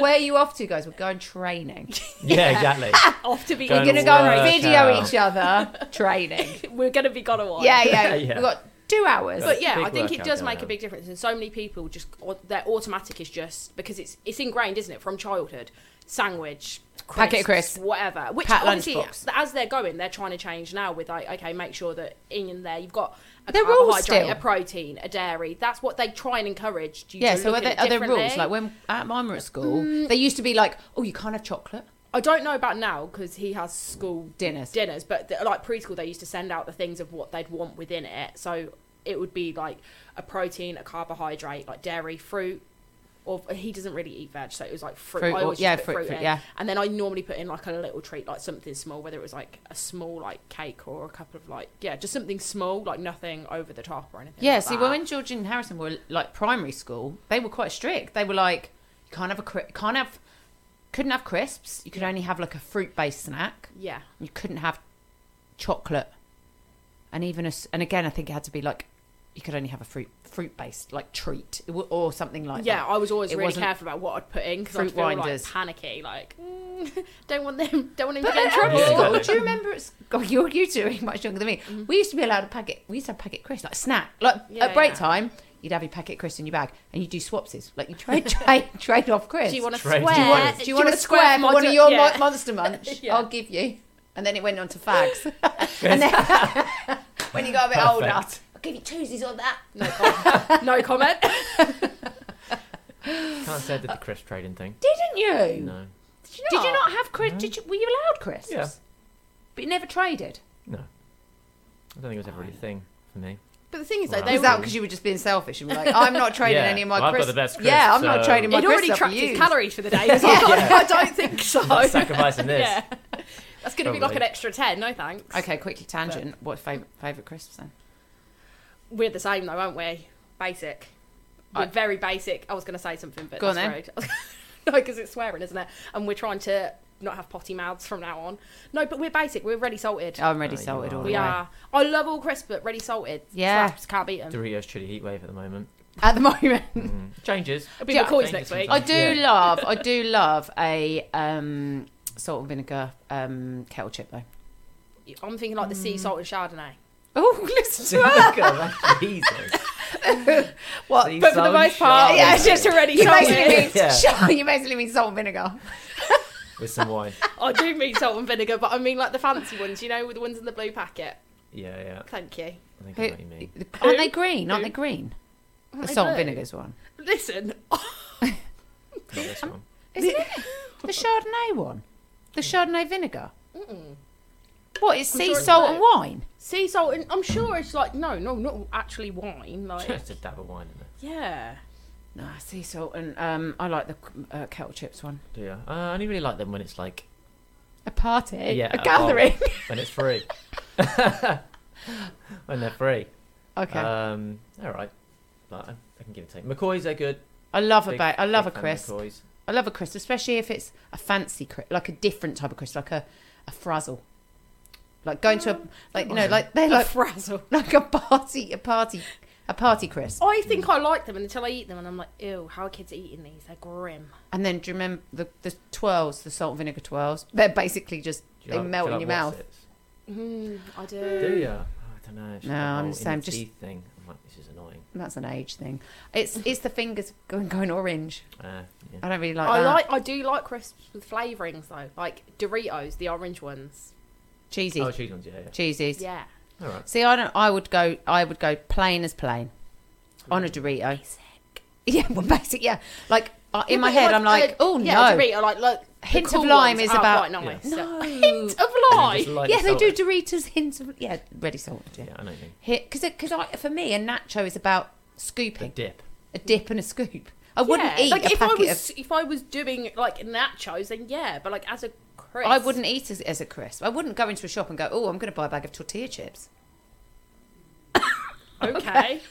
S1: Where are you off to, guys? We're going training.
S3: Yeah, exactly.
S2: Off to be.
S3: Go
S1: We're
S3: And
S1: gonna go and
S3: work
S1: video
S3: out.
S1: each other training.
S2: We're going to be gone a while.
S1: Yeah, yeah.
S3: Yeah.
S1: We've got two hours.
S2: But yeah,
S3: Big
S2: I think it
S3: workout
S2: does
S3: going
S2: make a
S3: on.
S2: big difference, and so many people just or- their automatic is just because it's it's ingrained, isn't it, from childhood? Sandwich, crisps,
S1: Packet of crisps.
S2: whatever. Which
S1: Packed
S2: obviously,
S1: lunchbox.
S2: as they're going, they're trying to change now. With like, okay, make sure that in there you've got a
S1: There are rules
S2: carbohydrate,
S1: still.
S2: a protein, a dairy. That's what they try and encourage. You
S1: yeah,
S2: to
S1: so are
S2: look at
S1: there,
S2: it
S1: are there
S2: differently.
S1: rules? Like when at mine were at school, they used to be like, oh, you can't have chocolate.
S2: I don't know about now because he has school
S1: Dinners.
S2: Dinners, but the, like preschool, they used to send out the things of what they'd want within it. So it would be like a protein, a carbohydrate, like dairy, fruit. Or he doesn't really eat veg, so it was like fruit.
S1: Fruit
S2: I
S1: or-
S2: always just
S1: yeah,
S2: put
S1: fruit,
S2: fruit,
S1: fruit,
S2: in.
S1: yeah.
S2: And then I normally put in like a little treat, like something small, whether it was like a small like cake or a couple of like yeah, just something small, like nothing over the top or anything.
S1: Yeah,
S2: like
S1: see,
S2: that.
S1: well, when George and Harrison were like primary school, they were quite strict. They were like, you can't have a cri- can't have, couldn't have crisps. You could only have like a fruit based snack.
S2: yeah,
S1: You couldn't have chocolate, and even a s and again, I think it had to be like you could only have a fruit fruit based like treat It wa- or something like
S2: yeah,
S1: that.
S2: I was always
S1: It
S2: really
S1: wasn't-
S2: careful about what I'd put in because I
S1: Fruit
S2: feel
S1: winders.
S2: like panicky, like mm, don't want them, don't want him
S1: But
S2: to get in
S1: at
S2: trouble.
S1: our
S3: Yeah,
S1: school,
S3: exactly.
S1: do you remember? It's, God, you're you two are much younger than me. We used to be allowed a packet. We used to have packet crisps, like snack, like
S2: Yeah,
S1: at break
S2: yeah.
S1: time. You'd have your packet crisps in your bag, and you do swapsies, like you trade trade, trade off crisps.
S2: Do you want a
S3: Trade
S2: square?
S3: Do you want-
S1: Do you, want a square for
S2: mod-
S1: one of your
S2: yeah.
S1: mo- Monster Munch?
S2: Yeah.
S1: I'll give you. And then it went on to fags. and then when you got a bit older, I'll
S3: Perfect.
S1: give you twosies on that.
S2: No comment. no comment.
S3: Can't say I did the crisp trading thing.
S1: Didn't you?
S3: No.
S1: Did, you
S2: not?
S1: not have crisps?
S3: No.
S1: Did you, were you allowed crisps?
S3: Yeah.
S1: But you never traded.
S3: No. I don't think it was ever really a thing for me.
S2: But the thing is, though,
S3: Wow.
S2: they
S1: Was
S2: were.
S1: that because you were just being selfish and were like, I'm not trading
S3: Yeah.
S1: any of my
S3: Well, I've got
S1: crisps?
S3: the best
S1: yeah, I'm
S3: crisps,
S1: not
S3: so-
S1: trading my
S2: It already
S1: crisps. up
S2: tracked
S1: for
S2: his
S1: you.
S2: calories for the day. so I don't think so.
S3: Not sacrificing this.
S2: Yeah. That's going to be like
S3: Probably.
S2: an extra 10, no thanks.
S1: Okay, quickly tangent. What's favourite favourite crisps then?
S2: We're the same, though, aren't we? Basic. We're
S1: I-
S2: very basic. I was going to say something, but
S1: Go on
S2: that's rude. no, because it's swearing, isn't it? And we're trying to not have potty mouths from now on. No, but we're basic. We're ready salted.
S1: Oh, I'm ready
S3: Oh, you
S1: salted all
S3: are.
S1: the
S2: we
S1: way.
S2: are. I love all crisp, but ready salted.
S1: Yeah.
S2: Slaps, can't beat them.
S3: Doritos chili heat wave at the moment.
S1: At the moment.
S3: Mm. Changes.
S2: It'll be
S1: Yeah,
S2: McCoy's
S3: thank
S2: next
S3: you.
S2: week.
S1: I do
S3: Yeah.
S1: love, I do love a um, salt and vinegar um, kettle chip though.
S2: I'm thinking like the sea salt and Chardonnay.
S1: Oh, listen to her.
S3: Look at that, Jesus.
S1: What?
S3: See,
S2: But for the
S3: so
S2: most part,
S3: sharp.
S1: Yeah,
S2: it's just already
S1: You basically mean
S2: salted.
S3: Yeah.
S1: sure, you basically mean salt and vinegar.
S3: With some wine.
S2: I do mean salt and vinegar, but I mean like the fancy ones, you know, with the ones in the blue packet.
S3: Yeah, yeah.
S2: Thank you.
S3: I think I know what you mean.
S1: Aren't they green? Aren't
S2: Who?
S1: they green? The
S2: Aren't they
S1: salt and
S2: blue?
S1: vinegar's one.
S2: Listen,
S3: Not this one.
S1: Isn't it? The Chardonnay one. The Chardonnay vinegar. What? It's
S2: I'm
S1: sea
S2: sure it's
S1: salt
S2: blue.
S1: and wine.
S2: sea salt, and I'm sure it's like no, no, not actually wine. Like
S3: Just a dab of wine in there.
S2: yeah,
S1: No, sea salt and um, I like the uh, kettle chips one.
S3: Do you? Uh, I only really like them when it's like
S1: A party,
S3: Yeah,
S1: a
S3: oh.
S1: gathering.
S3: when it's free. when they're free.
S1: okay,
S3: Um, all right. But I, I can give it a take. McCoy's are good.
S1: I love a
S3: Big-
S1: ba- I love a
S3: big fan of
S1: crisp.
S3: McCoy's.
S1: I love a crisp, especially if it's a fancy crisp, like a different type of crisp, like a, a frazzle. Like going to a
S2: Um,
S1: like you know like they're like
S2: frazzle.
S1: like a party a party a party crisp.
S2: I think I like them until I eat them, and I'm like, ew, how are kids eating these? They're grim.
S1: And then do you remember the, the twirls, the salt and vinegar twirls? They're basically just
S3: Do you
S1: they
S3: like- do
S1: melt
S3: you
S1: in
S3: like
S1: your mouth.
S3: Wotsits?
S2: Mm, I do.
S3: Do you? Oh, don't know. It's
S1: No,
S3: the
S1: I'm
S3: whole
S1: the
S3: in
S1: same,
S3: the
S1: just-
S3: teeth thing. I'm like, this is annoying.
S1: That's an age thing. It's it's the fingers going, going orange.
S3: Uh, yeah.
S1: I don't really like
S2: I
S1: that.
S2: like I do like crisps with flavourings though, like Doritos, the orange ones.
S1: cheesy,
S3: Oh, cheese ones, yeah, yeah.
S1: cheesies.
S2: Yeah,
S3: All right.
S1: See, I don't. I would go. I would go plain as plain on a Dorito. Yeah, well, basic. Yeah, like uh, in my head, I'm like, oh
S2: yeah,
S1: no,
S2: Dorito, like look, the
S1: Hint of
S2: cool
S1: lime
S2: ones Ah,
S1: is
S2: are
S1: about-
S2: quite nice.
S1: no.
S2: So- hint of
S3: And
S2: lime.
S3: just lightly
S1: yeah, they do
S3: salted.
S1: Doritos hints of yeah, ready salted. Yeah,
S3: Yeah, I know. what you mean.
S1: because because for me a nacho is about
S3: The
S1: scooping
S3: dip.
S1: a dip and a scoop. I wouldn't
S2: Yeah,
S1: eat
S2: like
S1: a
S2: if I
S1: packet
S2: was
S1: of.
S2: if I was doing like nachos, then yeah, but like as a crisp,
S1: I wouldn't eat as, as a crisp. I wouldn't go into a shop and go, oh, I'm going to buy a bag of tortilla chips.
S2: Okay,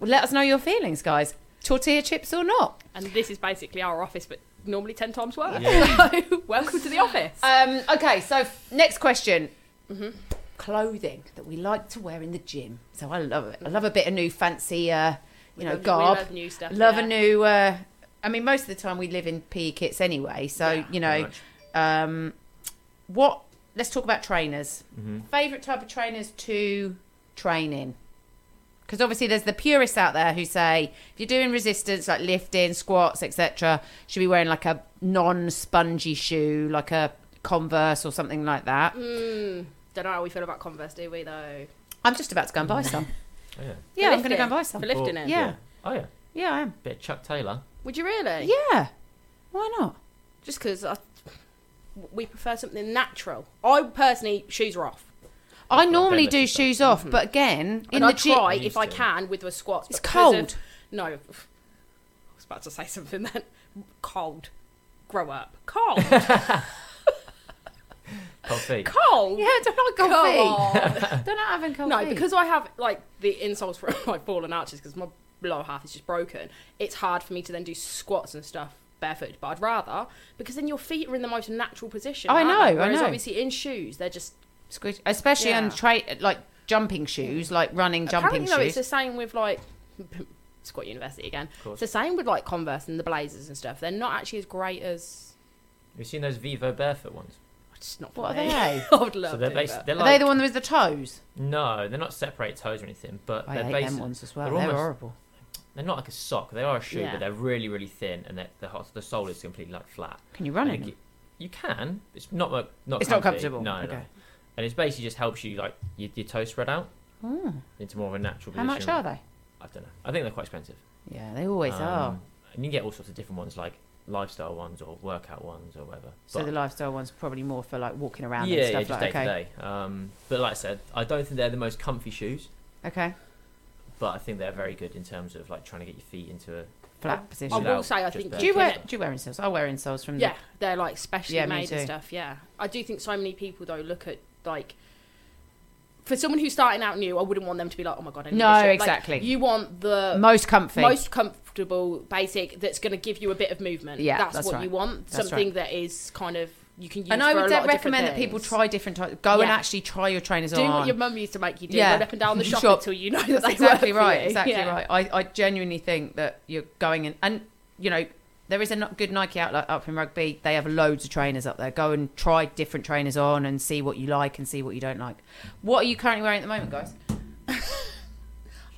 S1: Well, let us know your feelings, guys. Tortilla chips or not?
S2: and this is basically our office, but normally ten times worse.
S3: Yeah.
S2: So welcome to the office.
S1: Um, okay, so next question.
S2: Mm-hmm.
S1: Clothing that we like to wear in the gym. So I love it. I love a bit of new fancy, uh, you
S2: We
S1: know,
S2: love- we
S1: garb.
S2: love new stuff,
S1: Love
S2: yeah.
S1: a new. Uh, I mean, most of the time we live in PE kits anyway. So
S2: Yeah.
S1: you know,
S3: Pretty
S1: um, what? Let's talk about trainers.
S2: Mm-hmm.
S1: Favorite type of trainers to train in. Because obviously, there's the purists out there who say if you're doing resistance, like lifting, squats, etc., should be wearing like a non-spongy shoe, like a Converse or something like that.
S2: Mm, don't know how we feel about Converse, do we though?
S1: I'm just about to go and buy some.
S3: Oh, yeah.
S1: yeah,
S2: For
S1: I'm going to go and buy some.
S2: For lifting
S3: Well,
S2: it.
S1: Yeah.
S3: Oh, yeah.
S1: Yeah, I am.
S3: Bit of Chuck Taylor.
S2: Would you really?
S1: Yeah, why not?
S2: Just because we prefer something natural. I personally, shoes are off.
S1: I
S3: Yeah,
S1: normally
S3: deadlifting
S1: do
S3: stuff.
S1: shoes off, but again, in
S2: and I
S1: the gym,
S2: try
S3: You
S2: if I
S3: used to.
S2: can with the squats.
S1: It's
S2: but because
S1: cold.
S2: Of, no, I was about to say something then. Cold. Grow up. Cold.
S3: Coffee.
S2: Cold.
S1: yeah, I don't like cold
S2: Cold.
S1: feet. Don't like having cold
S2: no,
S1: feet.
S2: because I have like the insoles for my fallen arches because my lower half is just broken. It's hard for me to then do squats and stuff barefoot, but I'd rather because then your feet are in the most natural position.
S1: I
S2: aren't
S1: know,
S2: they?
S1: I
S2: Whereas
S1: know.
S2: obviously in shoes they're just
S1: Squish- especially on
S2: Yeah.
S1: tra- like jumping shoes, like running jumping
S2: Apparently, though, it's
S1: shoes.
S2: the same with like Scott University again.
S3: course.
S2: It's the same with like Converse and the Blazers and stuff. They're not actually as great as.
S3: You've seen those Vivo barefoot ones?
S2: It's not for
S1: What are
S2: me.
S1: they?
S2: I would love
S3: so they're
S2: to.
S3: based.
S2: but-
S3: They're
S1: Are they
S3: like
S1: the one with the toes?
S3: no, they're not separate toes or anything, but
S1: I
S3: they're
S1: hate
S3: based.
S1: them ones as well. They're,
S3: they're almost-
S1: horrible.
S3: They're not like a sock. They are a shoe,
S2: Yeah.
S3: but they're really, really thin, and they're- the ho- the sole is completely like flat.
S1: Can you run
S3: And
S1: in
S3: it
S1: them?
S3: gi- You can. It's not like- not.
S1: It's not
S3: comfy.
S1: comfortable.
S3: No, no,
S1: Okay.
S3: no. And it basically just helps you like your, your toes spread out
S1: Mm.
S3: into more of a natural.
S1: How much
S3: position.
S1: are they?
S3: I don't know. I think they're quite expensive.
S1: Yeah, they always oh.
S3: Um,
S1: are.
S3: And you can get all sorts of different ones, like lifestyle ones or workout ones or whatever.
S1: So
S3: But-
S1: the lifestyle ones are probably more for like walking around
S3: yeah,
S1: and stuff
S3: yeah, just
S1: like
S3: day
S1: okay.
S3: to day. Um, but like I said, I don't think they're the most comfy shoes,
S1: Okay.
S3: but I think they're very good in terms of like trying to get your feet into a.
S1: Flat
S2: I
S1: position.
S2: I
S3: Without
S2: will say, I
S3: just
S2: think
S3: bare
S1: do you
S2: can-
S1: wear do you wear insoles? I wear insoles from
S2: Yeah, they're like specially
S1: Mm. Yeah, me
S2: made and
S1: too.
S2: stuff. Yeah, I do think so many people though look at like. For someone who's starting out new, I wouldn't want them to be like, "Oh my god, I need
S1: No,
S2: this shit." Like,
S1: exactly.
S2: you want the
S1: the most comfy.
S2: most comfortable basic that's going to give you a bit of movement.
S1: Yeah,
S2: that's,
S1: that's
S2: what
S1: right.
S2: you want.
S1: That's
S2: Something that is kind of you can use.
S1: and I
S2: for a
S1: would
S2: lot of different
S1: recommend that people
S2: things.
S1: try different types. Go and
S2: Yeah.
S1: actually try your trainers
S2: Do
S1: on.
S2: what your mum used to make you do.
S1: Yeah.
S2: Run up and down the shop,
S1: Shop.
S2: until you know that
S1: That's
S2: they
S1: exactly
S2: work for
S1: right.
S2: you.
S1: Exactly
S2: Yeah.
S1: right. I, I genuinely think that you're going in, and you know, there is a not good Nike outlet up in Rugby. They have loads of trainers up there. Go and try different trainers on and see what you like and see what you don't like. What are you currently wearing at the moment, guys?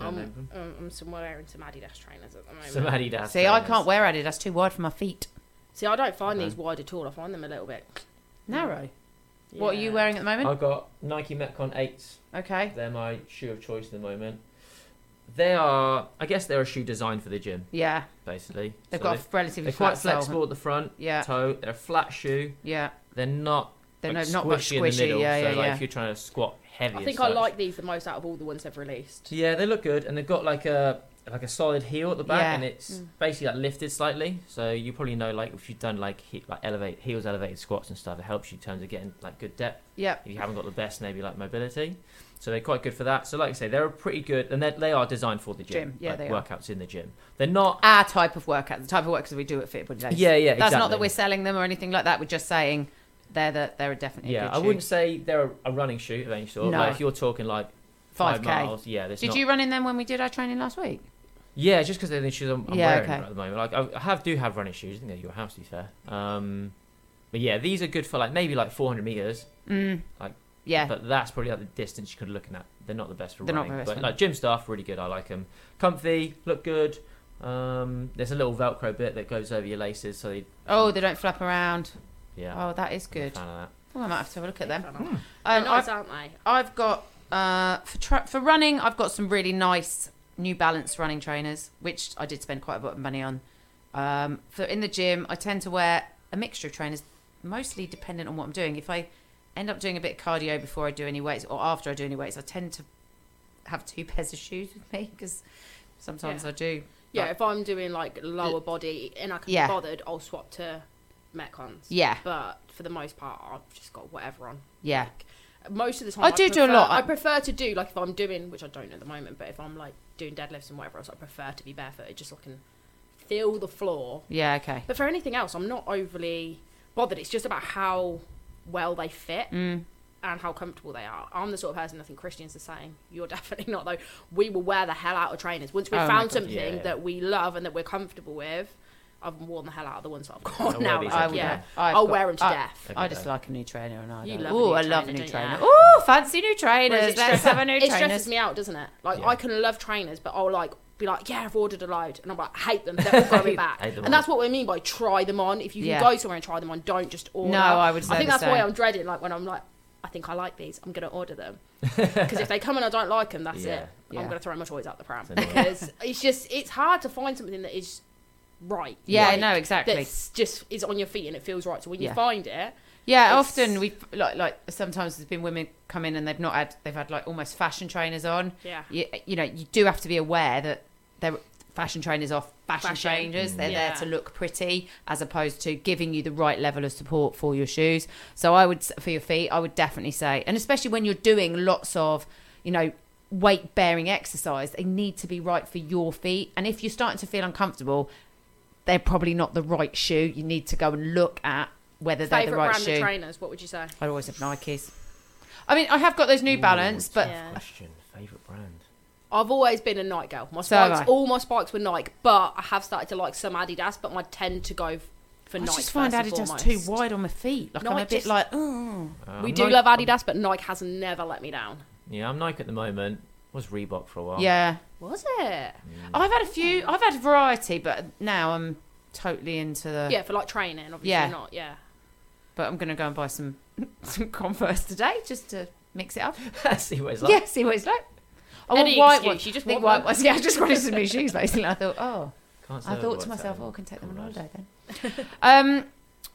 S2: I'm,
S3: Shall I open?
S2: um, I'm somewhere wearing some Adidas trainers at the moment.
S3: Some Adidas.
S1: See, I
S3: trainers.
S1: can't wear Adidas. Too wide for my feet.
S2: See, I don't find
S3: Okay.
S2: these wide at all. I find them a little bit.
S1: Narrow. What are you
S2: Yeah.
S1: wearing at the moment?
S3: I've got Nike Metcon eights.
S1: Okay.
S3: They're my shoe of choice at the moment. They are, I guess, they're a shoe designed for the gym,
S1: Yeah,
S3: basically.
S1: they've
S3: So
S1: got
S3: they-
S1: a relatively
S3: they're
S1: flat
S3: quite
S1: sole.
S3: flexible at the front
S1: Yeah,
S3: toe. They're a flat shoe.
S1: yeah.
S3: They're not.
S1: They're
S3: like,
S1: no, not much
S3: squishy, in the middle.
S1: Yeah,
S3: so
S1: yeah,
S3: like,
S1: yeah.
S3: if you're trying to squat heavy,
S2: I
S3: as
S2: think I
S3: such.
S2: like these the most out of all the ones they've released.
S3: Yeah, they look good, and they've got like a like a solid heel at the back,
S1: Yeah.
S3: and it's
S2: Mm.
S3: basically like lifted slightly. So you probably know like if you've done like he- like elevate heels, elevated squats and stuff, it helps you in terms of getting like good depth.
S1: Yeah.
S3: If you haven't got the best, maybe like mobility. So they're quite good for that. So like I say, they're pretty good, and they're- they are designed for the gym.
S1: Gym, yeah,
S3: like
S1: they are.
S3: workouts in the gym. They're not.
S1: Our type of workout, the type of workouts we do at Fit Body Days.
S3: Yeah, yeah,
S1: That's not that
S3: exactly.
S1: we're selling them or anything like that. We're just saying they're the, they're definitely a
S3: Yeah,
S1: good
S3: I
S1: shoe.
S3: wouldn't say they're a, a running shoe of any sort.
S1: No.
S3: Like if you're talking like five
S1: 5K.
S3: miles, yeah, there's
S1: Did
S3: not-
S1: you run in them when we did our training last week?
S3: Yeah, it's just because they're the shoes I'm, I'm
S1: Yeah,
S3: wearing
S1: okay.
S3: at the moment. Like I- I have do have running shoes. I think they're your house, to be fair. Um, but yeah, these are good for like maybe like 400 meters,
S1: Mm. yeah.
S3: But that's probably like the distance you could look at. They're not the best for
S1: They're not
S3: running.
S1: the best
S3: but
S1: for-
S3: like gym stuff, really good. I like them. Comfy, look good. Um, there's a little Velcro bit that goes over your laces, so they,
S1: oh, they don't flap around.
S3: yeah.
S1: Oh, that is good.
S3: I'm a fan of that.
S1: Oh, I might have to have a look at them.
S2: They're
S1: Um,
S2: nice,
S1: I've,
S2: aren't they?
S1: I've got uh, for tra- for running. I've got some really nice New Balance running trainers, which I did spend quite a bit of money on. Um, for in the gym, I tend to wear a mixture of trainers, mostly dependent on what I'm doing. If I end up doing a bit of cardio before I do any weights or after I do any weights, I tend to have two pairs of shoes with me because sometimes
S2: Yeah.
S1: I do.
S2: Yeah,
S1: Like-
S2: if I'm doing like lower body and I can
S1: Yeah.
S2: be bothered, I'll swap to Metcons.
S1: Yeah,
S2: But for the most part, I've just got whatever on.
S1: yeah,
S2: Most of the time,
S1: I do do a
S2: prefer-
S1: lot.
S2: I prefer to do like if I'm doing, which I don't at the moment, but if I'm like doing deadlifts and whatever else, I prefer to be barefooted just so I can feel the floor.
S1: yeah. Okay.
S2: But for anything else, I'm not overly bothered. It's just about how well they fit
S1: Mm.
S2: and how comfortable they are. I'm the sort of person I think Christian's the same. You're definitely not though. We will wear the hell out of trainers once we
S1: Oh my
S2: have
S1: God,
S2: found something
S3: yeah.
S2: that we love and that we're comfortable with. I've worn the hell out of the ones that I've
S3: I
S2: got
S3: wear
S2: now.
S3: these Uh,
S2: like,
S3: every
S2: yeah,
S3: day.
S1: I've
S2: I'll
S1: got-
S2: wear them to
S1: I-
S2: death.
S3: Every
S1: I just
S3: day.
S1: like a new trainer, and I
S2: You
S1: don't.
S2: love a
S1: Ooh,
S2: new
S1: I love
S2: trainer,
S1: new
S2: don't
S1: trainer.
S2: you?
S1: Ooh, fancy new
S2: Whereas
S1: trainers.
S2: it
S1: Let's
S2: stresses-
S1: have a new
S2: It stresses
S1: trainer.
S2: me out, doesn't it? Like
S3: Yeah.
S2: I can love trainers, but I'll like be like, yeah, I've ordered a load, and I'm like, I hate them. They're all going back,
S3: Hate them
S2: and
S3: all.
S2: that's what we mean by try them on. If you
S1: Yeah.
S2: can go somewhere and try them on, don't just order.
S1: No, I would say
S2: I think
S1: the
S2: that's why
S1: same.
S2: I'm dreading. Like when I'm like, I think I like these, I'm gonna order them because if they come and I don't like them, that's
S3: Yeah.
S2: it.
S1: Yeah.
S2: I'm gonna throw my toys out the pram
S3: It's annoying.
S2: because it's just it's hard to find something that is right.
S1: Yeah,
S2: like,
S1: no, exactly.
S2: That's just is on your feet and it feels right. So when
S1: Yeah.
S2: you find it,
S1: Yeah,
S2: It's-
S1: often we like like sometimes there's been women come in and they've not had they've had like almost fashion trainers on.
S2: yeah,
S1: You, you know, you do have to be aware that they're fashion trainers are fashion,
S2: Fashion.
S1: changers. They're
S2: Yeah.
S1: there to look pretty as opposed to giving you the right level of support for your shoes. So I would s- for your feet, I would definitely say, and especially when you're doing lots of, you know, weight bearing exercise, they need to be right for your feet. And if you're starting to feel uncomfortable, they're probably not the right shoe. You need to go and look at whether they're
S2: favorite
S1: the right
S2: brand
S1: shoe.
S2: of trainers. What would you say?
S1: I always have Nikes. I mean, I have got those New Balance, but
S2: Yeah.
S3: question favorite brand.
S2: I've always been a night girl. My
S1: So have
S2: spikes,
S1: I.
S2: all my spikes were Nike, but I have started to like some Adidas. But I tend to go for
S1: I
S2: Nike.
S1: just find
S2: first and
S1: Adidas
S2: foremost.
S1: too wide on my feet. Like I'm
S2: Nike
S1: a bit
S2: just-
S1: like, oh,
S3: Uh,
S2: We
S3: I'm
S2: do
S3: Nike-
S2: love Adidas, but Nike has never let me down.
S3: Yeah, I'm Nike at the moment. Was Reebok for a while. Mm.
S1: yeah.
S2: Was it?
S1: I've had a few. I've had a variety, but now I'm totally into the.
S2: Yeah, for like training, obviously
S1: Yeah.
S2: not. Yeah.
S1: But I'm gonna go and buy some some Converse today just to mix it up.
S3: see what it's like.
S1: Oh. Yeah, see what it's like. I want
S2: Any
S1: white
S2: excuse,
S1: ones.
S2: you just
S1: Big
S2: want
S1: white
S2: them.
S1: ones. Yeah, I just wanted some new shoes. Basically, I thought, oh,
S3: Can't say
S1: I
S3: I've
S1: thought
S3: worked
S1: to
S3: out
S1: myself, oh, I
S3: in
S1: can take them on
S3: Converse.
S1: holiday then.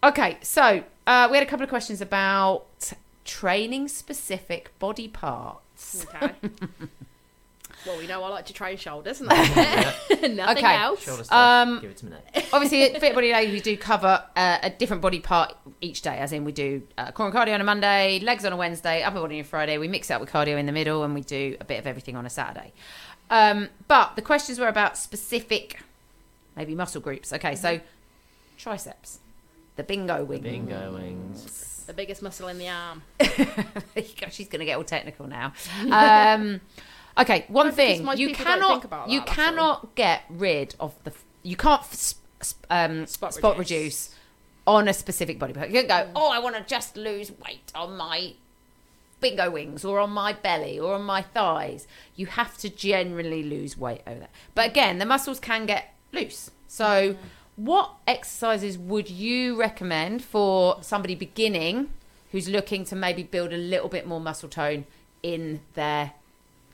S1: um, okay, so uh, we had a couple of questions about training specific body parts.
S2: Okay. well, we know I like to train shoulders, and
S1: oh,
S2: that's it. nothing
S1: Okay.
S2: else.
S3: Shoulder stuff.
S1: Um,
S3: Give it to me.
S1: Obviously, at Fit Body Lady, we do cover uh, a different body part each day, as in we do uh, core and cardio on a Monday, legs on a Wednesday, upper body on a Friday. We mix it up with cardio in the middle, and we do a bit of everything on a Saturday. Um, but the questions were about specific, maybe muscle groups. Okay, so triceps, the bingo wing.
S3: Bingo wings.
S2: The biggest muscle in the arm.
S1: There you go. She's going to get all technical now. Um, okay, one
S2: No, because
S1: thing
S2: most
S1: you
S2: people don't
S1: cannot
S2: think about that,
S1: you
S2: that's all.
S1: cannot get rid of the f- you can't f- sp- sp- um, spot,
S2: Spot
S1: reduce.
S2: reduce. Mm.
S1: on a specific body part. You can go, oh, I want to just lose weight on my bingo wings or on my belly or on my thighs. You have to generally lose weight over that. But again, the muscles can get loose. So, what exercises would you recommend for somebody beginning who's looking to maybe build a little bit more muscle tone in their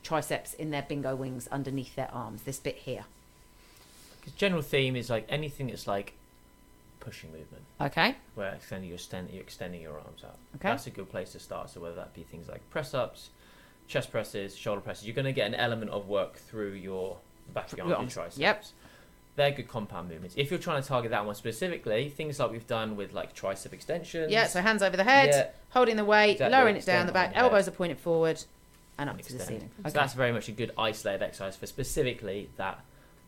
S1: triceps, in their bingo wings, underneath their arms? This bit here.
S3: 'Cause general theme is like anything that's like pushing movement,
S1: Okay.
S3: where extending your extend, you're extending your arms out.
S1: Okay.
S3: That's a good place to start. So whether that be things like press ups, chest presses, shoulder presses, you're going to get an element of work through your back of your
S1: Your
S3: arms and
S1: arms,
S3: triceps.
S1: yep.
S3: They're good compound movements. If you're trying to target that one specifically, things like we've done with like tricep extensions.
S1: Yeah, so hands over the head,
S3: Yeah.
S1: holding the weight,
S3: Exactly,
S1: lowering it down
S3: extend
S1: the back,
S3: behind the head.
S1: elbows are pointed forward and up
S3: and
S1: to the
S3: extend.
S1: ceiling.
S3: So that's very much a good isolated exercise for specifically that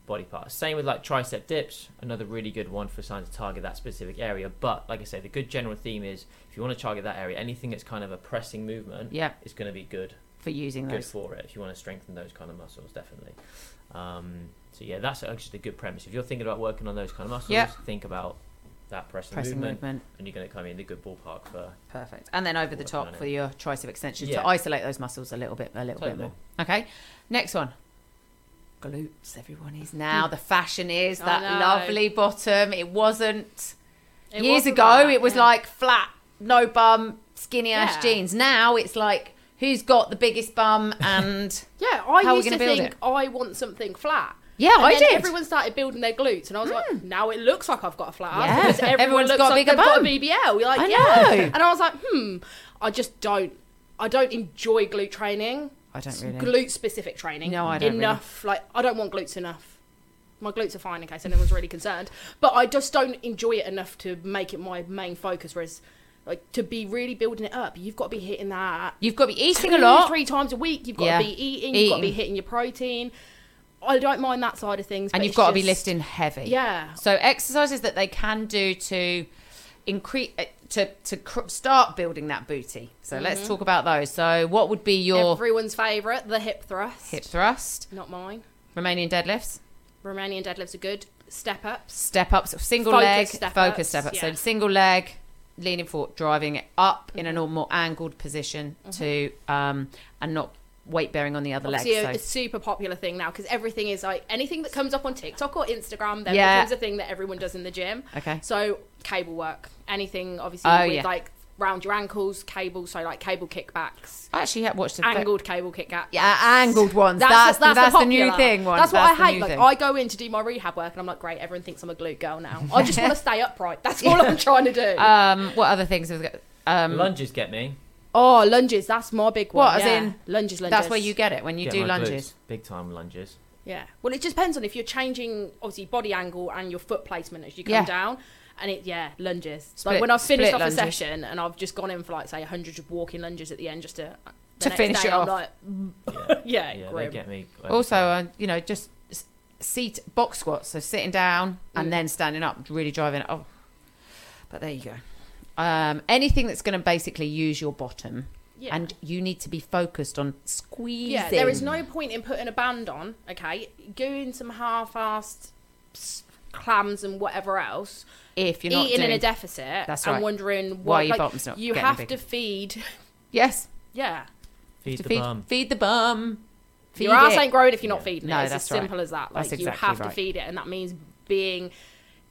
S3: body part. Same with like tricep dips, another really good one for trying to target that specific area. But like I say, the good general theme is if you want to target that area, anything that's kind of a pressing movement
S1: Yeah,
S3: is going to be good
S1: for using
S3: good
S1: those.
S3: for it. If you want to strengthen those kind of muscles, definitely. Um, so yeah, that's actually a good premise. If you're thinking about working on those kind of muscles,
S1: Yeah.
S3: think about that pressing,
S1: pressing
S3: movement,
S1: movement.
S3: and you're going to come in the good ballpark for
S1: Perfect. And then over the
S3: Working on
S1: top
S3: it.
S1: for your tricep extension
S3: Yeah.
S1: to isolate those muscles a little bit, a little bit
S3: Totally.
S1: more. Okay. Next one. Glutes. Everyone is now. The fashion is
S2: Hmm. I
S1: that
S2: know.
S1: lovely bottom. It wasn't
S2: It
S1: years
S2: wasn't
S1: ago.
S2: like that,
S1: it was
S2: yeah.
S1: like flat, no bum, skinny ass
S2: Yeah.
S1: jeans. Now it's like who's got the biggest bum and
S2: Yeah, I
S1: How are we
S2: used
S1: gonna
S2: to
S1: build
S2: think
S1: it?
S2: I want something flat.
S1: yeah,
S2: And
S1: I
S2: then
S1: did. Mm.
S2: Everyone started building their glutes, and I was like, now it looks like I've got a flat ass
S1: Yeah.
S2: because everyone
S1: Everyone's
S2: looks
S1: got a
S2: like
S1: bigger
S2: they've got a
S1: bum.
S2: BBL. You're like,
S1: I
S2: yeah,
S1: know.
S2: and I was like, hmm, I just don't, I don't enjoy glute training,
S1: I don't really.
S2: glute specific training.
S1: No, I don't really.
S2: enough. Like, I don't want glutes enough. My glutes are fine in case anyone's really concerned, but I just don't enjoy it enough to make it my main focus. Whereas, like, to be really building it up, you've got to be hitting that
S1: You've got to be eating a
S2: two,
S1: lot.
S2: three times a week. You've got
S1: Yeah.
S2: to be eating, You've got to be
S1: Eating.
S2: hitting your protein. I don't mind that side of things, but
S1: and you've
S2: it's
S1: got to be
S2: just-
S1: lifting heavy.
S2: Yeah,
S1: So exercises that they can do to increase to to cr- start building that booty. So let's
S2: Mm-hmm.
S1: talk about those. So what would be your
S2: everyone's favorite, the hip thrust.
S1: hip thrust?
S2: not mine.
S1: Romanian deadlifts,
S2: Romanian deadlifts are good. Step ups.
S1: step ups, single
S2: Focus
S1: leg,
S2: step
S1: focus
S2: ups,
S1: step up. So
S2: yeah.
S1: single leg, leaning forward, driving it up
S2: Mm-hmm.
S1: in a normal angled position to um and not weight bearing on the other leg.
S2: Obviously, a, a
S1: So
S2: super popular thing now because everything is like anything that comes up on TikTok or Instagram, then
S1: Yeah.
S2: becomes a thing that everyone does in the gym.
S1: okay,
S2: So cable work, anything obviously
S1: Oh,
S2: with
S1: yeah.
S2: like round your ankles, cable. So like cable kickbacks,
S1: I actually had watched a
S2: angled cable kickbacks.
S1: Yeah, angled ones. That's that's, the, new
S2: popular.
S1: thing. One.
S2: That's what
S1: the
S2: I hate.
S1: new
S2: Like
S1: thing.
S2: I go in to do my rehab work, and I'm like, great, everyone thinks I'm a glute girl now. I just want to stay upright. That's all I'm trying to do.
S1: um, what other things have we got? Um,
S3: lunges. Get me.
S2: oh, lunges. That's my big one.
S1: What, as
S2: yeah.
S1: in-
S2: lunges, lunges.
S1: That's where you get it when you
S3: Get
S1: do
S3: my
S1: lunges.
S3: glutes. Big time lunges.
S2: Yeah. Well, it just depends on if you're changing obviously body angle and your foot placement as you come
S1: Yeah.
S2: down. And it, yeah, lunges.
S1: Split-
S2: like when I've finished
S1: split
S2: off
S1: lunges.
S2: a session and I've just gone in for like say hundred walking lunges at the end just to uh, the
S1: To
S2: next
S1: finish
S2: day,
S1: it
S2: I'm
S1: off.
S2: Like, yeah,
S3: Yeah, yeah they
S2: grim.
S3: get me. every
S1: Also,
S3: time.
S1: uh, you know, just s- seat box squats, so sitting down and
S2: Mm.
S1: then standing up, really driving. it. Oh, but there you go. Um, anything that's going to basically use your bottom,
S2: yeah.
S1: and you need to be focused on squeezing.
S2: Yeah, there is no point in putting a band on, okay? Doing some half-assed s- clams and whatever else,
S1: if you're not
S2: eating in
S1: doing.
S2: a deficit,
S1: That's
S2: and
S1: right.
S2: wondering
S1: Why
S2: why
S1: your
S2: like,
S1: bottom's not
S2: You
S1: getting
S2: have
S1: big.
S2: to feed,
S1: yes,
S2: yeah.
S3: feed
S1: to
S3: the
S1: feed,
S3: bum.
S1: feed the bum. Feed
S2: Your ass
S1: it.
S2: ain't growing if you're not
S3: Yeah.
S2: feeding
S1: No,
S2: it. It's
S1: that's
S2: as
S1: right.
S2: simple as that. Like
S1: That's
S2: you
S1: exactly
S2: have
S1: right.
S2: to feed it, and that means being.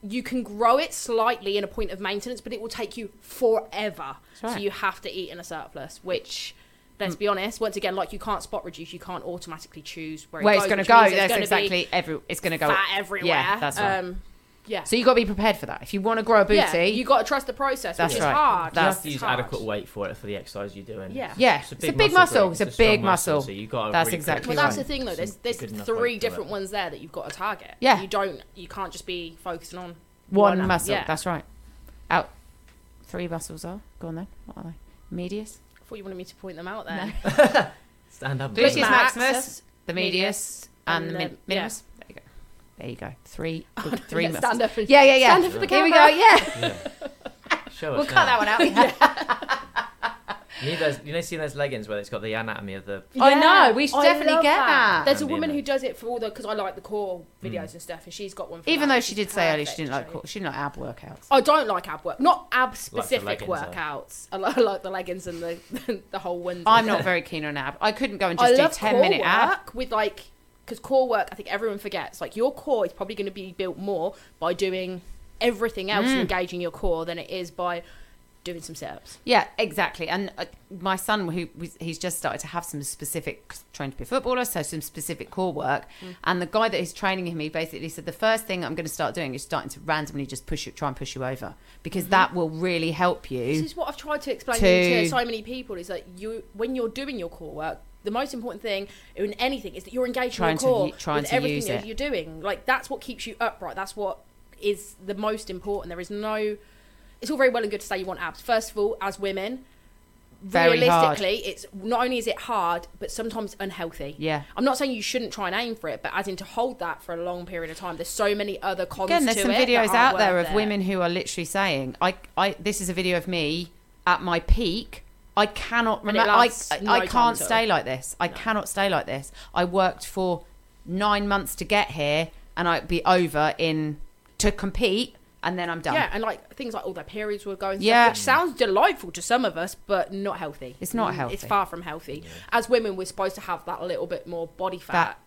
S2: You can grow it slightly in a point of maintenance, but it will take you forever.
S1: That's
S2: So
S1: right. Mm.
S2: you have to eat in a surplus, which. Let's be honest. Once again, like you can't spot reduce, you can't automatically choose where,
S1: Where
S2: it
S1: it's going to
S2: which
S1: go?
S2: means there's
S1: That's
S2: gonna be
S1: exactly every. It's going to go
S2: fat everywhere.
S1: Yeah, that's right.
S2: Um, yeah.
S1: So you got to be prepared for that. If you want to grow a booty,
S2: Yeah, you got to trust the process,
S1: That's
S2: which
S1: right.
S2: is hard.
S1: That's-
S3: you have to
S2: It's
S3: use
S2: hard.
S3: adequate weight for it for the exercise you're doing.
S2: Yeah.
S1: Yeah, it's a big muscle.
S3: group,
S1: It's a
S3: strong
S1: big muscle.
S3: So you got.
S1: That's exactly
S2: Well,
S1: You're
S2: that's
S1: right.
S2: the thing, though. There's there's three different ones there that you've got to target.
S1: Yeah.
S2: You don't. You can't just be focusing on
S1: One
S2: one
S1: muscle.
S2: Yeah.
S1: That's right. Out. Three muscles are. Go on then. What are they? Medius.
S2: I thought you wanted me to point them out there.
S3: Stand up.
S1: Glutes is
S3: mate.
S1: Max. maximus, The medius
S2: medius,
S1: and
S2: and
S1: the
S2: the-
S1: min- minimus. There you go. There you go. Three. Good, three
S2: Yeah,
S1: muscles.
S2: Stand up and
S1: Yeah, yeah, yeah.
S2: Stand up for the
S1: Here we
S2: camera.
S1: go. Yeah.
S3: Show us
S1: We'll cut
S3: now.
S1: that one out. Yeah.
S3: You need those. You know, see those leggings where it's got the anatomy of the.
S1: I know, we should
S2: I
S1: definitely
S2: love
S1: get that.
S2: There's a
S3: That'd be
S2: woman who
S3: amazing.
S2: does it for all the because I like the core videos and stuff, and she's got one. For
S1: Even
S2: that,
S1: though
S2: which
S1: she
S2: is
S1: did say earlier she
S2: perfect
S1: didn't
S2: to
S1: like
S2: show
S1: cour- she didn't like ab workouts.
S2: I don't like ab work, not ab specific
S3: leggings, though.
S2: workouts. I like, I like the leggings and the the whole ones.
S1: I'm not very keen on ab. I couldn't go and just
S2: I
S1: do
S2: love
S1: ten
S2: core
S1: minute
S2: work
S1: ab.
S2: with like because core work. I think everyone forgets like your core is probably going to be built more by doing everything else
S1: Mm.
S2: and engaging your core than it is by doing some sit-ups.
S1: Yeah, exactly. And uh, my son, who was- he's just started to have some specific trained to be a footballer, so some specific core work.
S2: Mm.
S1: And the guy that is training him, he basically said the first thing I'm going to start doing is starting to randomly just push you, try and push you over, because that will really help
S2: Mm-hmm. This
S1: you.
S2: is what I've tried to explain
S1: To-
S2: to, so many people is that you when you're doing your core work. The most important thing in anything is that you're engaging
S1: Trying to
S2: your core
S1: u- trying
S2: with
S1: to
S2: everything
S1: use
S2: that
S1: it.
S2: you're doing. Like that's what keeps you upright. That's what is the most important. There is no. It's all very well and good to say you want abs. First of all, as women,
S1: Very hard.
S2: realistically, it's not only is it hard, but sometimes unhealthy.
S1: Yeah.
S2: I'm not saying you shouldn't try and aim for it, but as in to hold that for a long period of time, there's so many other cons
S1: Again, there's
S2: to
S1: some
S2: it that
S1: videos
S2: aren't
S1: out there
S2: worth
S1: of
S2: it.
S1: women who are literally saying, "I, I, this is a video of me at my peak." I cannot
S2: And it
S1: remember. I,
S2: lasts
S1: I,
S2: no
S1: I
S2: time
S1: can't
S2: at all.
S1: stay like this. I cannot stay like this. I worked for nine months to get here, and I'd be over in to compete, and and then I'm done.
S2: Yeah, and like things like all their periods were going. Through,
S1: Yeah.
S2: which sounds delightful to some of us, but not healthy.
S1: It's not
S2: Mm, It's
S1: healthy.
S2: far from healthy. As women, we're supposed to have that little bit more body fat,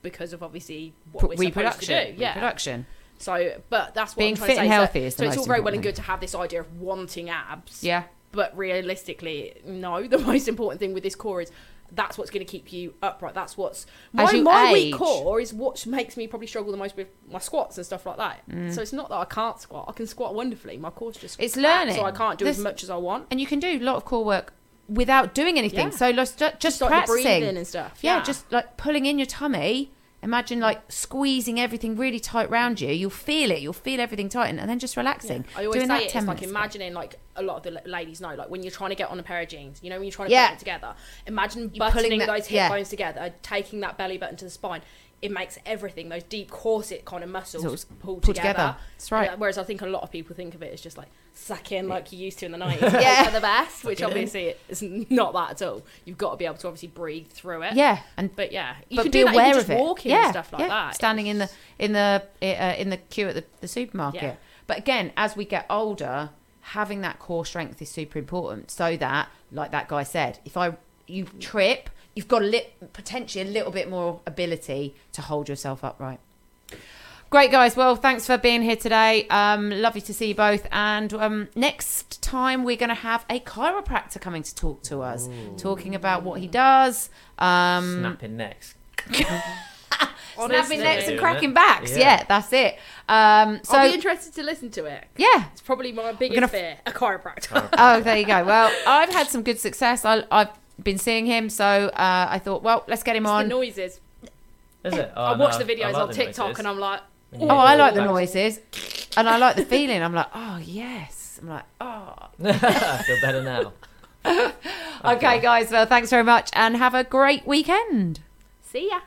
S2: because of obviously what
S1: Pro-
S2: we're supposed to
S1: reproduction,
S2: do. Yeah.
S1: reproduction.
S2: So, but that's what
S1: Being
S2: I'm trying to
S1: fit
S2: say.
S1: and
S2: So-
S1: healthy is the
S2: so it's
S1: most
S2: all very well
S1: important
S2: and
S1: thing.
S2: good to have this idea of wanting abs.
S1: Yeah,
S2: But realistically, no. The most important thing with this core is that's what's going to keep you upright. That's what's my,
S1: As you
S2: my
S1: age-
S2: weak core is what makes me probably struggle the most with my squats and stuff like that. So it's not that I can't squat; I can squat wonderfully. My core's just
S1: Mm. It's
S2: crap,
S1: learning.
S2: so I can't do
S1: This-
S2: as much as I want.
S1: and you can do a lot of core work without doing anything.
S2: Yeah.
S1: So just just, just
S2: Just like the
S1: practicing.
S2: breathing and stuff.
S1: yeah, just like pulling in your tummy. Imagine like squeezing everything really tight round you. You'll feel it. You'll feel everything tighten, and then just relaxing.
S2: I always
S1: Doing
S2: say
S1: that
S2: it,
S1: 10
S2: it's like
S1: minutes.
S2: imagining like a lot of the la- ladies know like when you're trying to get on a pair of jeans, you know when you're trying to
S1: Yeah.
S2: put it together. Imagine
S1: You're pulling
S2: buttoning
S1: that-
S2: those hip
S1: yeah.
S2: bones together, taking that belly button to the spine. It makes everything those deep corset kind of muscles
S1: Sort of
S2: pull,
S1: pull
S2: together.
S1: together. That's right.
S2: Uh, Whereas I think a lot of people think of it as just like suck in like you used to in the nineties.
S1: Yeah.
S2: yeah, for the best, which
S3: Suck it in.
S2: obviously is not that at all. You've got to be able to obviously breathe through it.
S1: Yeah, and
S2: But yeah, you
S1: but
S2: can
S1: be
S2: do that
S1: aware
S2: even just
S1: of it.
S2: walking
S1: yeah,
S2: and stuff like
S1: yeah.
S2: that.
S1: Standing in the in the uh, in the queue at the, the supermarket.
S2: Yeah.
S1: But again, as we get older, having that core strength is super important. So that, like that guy said, if I you trip, you've got a li- potentially a little bit more ability to hold yourself upright. Great guys. Well, thanks for being here today. Um, lovely to see you both. And um, next time we're going to have a chiropractor coming to talk to us, talking about what he does. Um,
S3: Snapping necks.
S2: Honestly.
S1: snapping necks and
S3: Yeah.
S1: cracking backs. Yeah,
S3: Yeah.
S1: that's it. Um, so
S2: I'll be interested to listen to it.
S1: yeah.
S2: It's probably my biggest
S1: gonna f-
S2: fear: a chiropractor.
S1: Oh, there you go. Well, I've had some good success. I, I've been seeing him, so uh, I thought, well, let's get him
S2: It's
S1: on.
S2: the noises.
S3: Is it? Oh,
S2: I
S3: no,
S2: watch the videos
S3: like
S2: on
S3: the
S2: TikTok
S3: noises.
S2: and I'm like,
S3: When you
S1: oh, I like the
S3: walk
S1: noises, and I like the feeling. I'm like, oh yes. I'm like, oh.
S3: back- I feel better now.
S1: okay, guys. Well, thanks very much, and have a great weekend.
S2: see ya.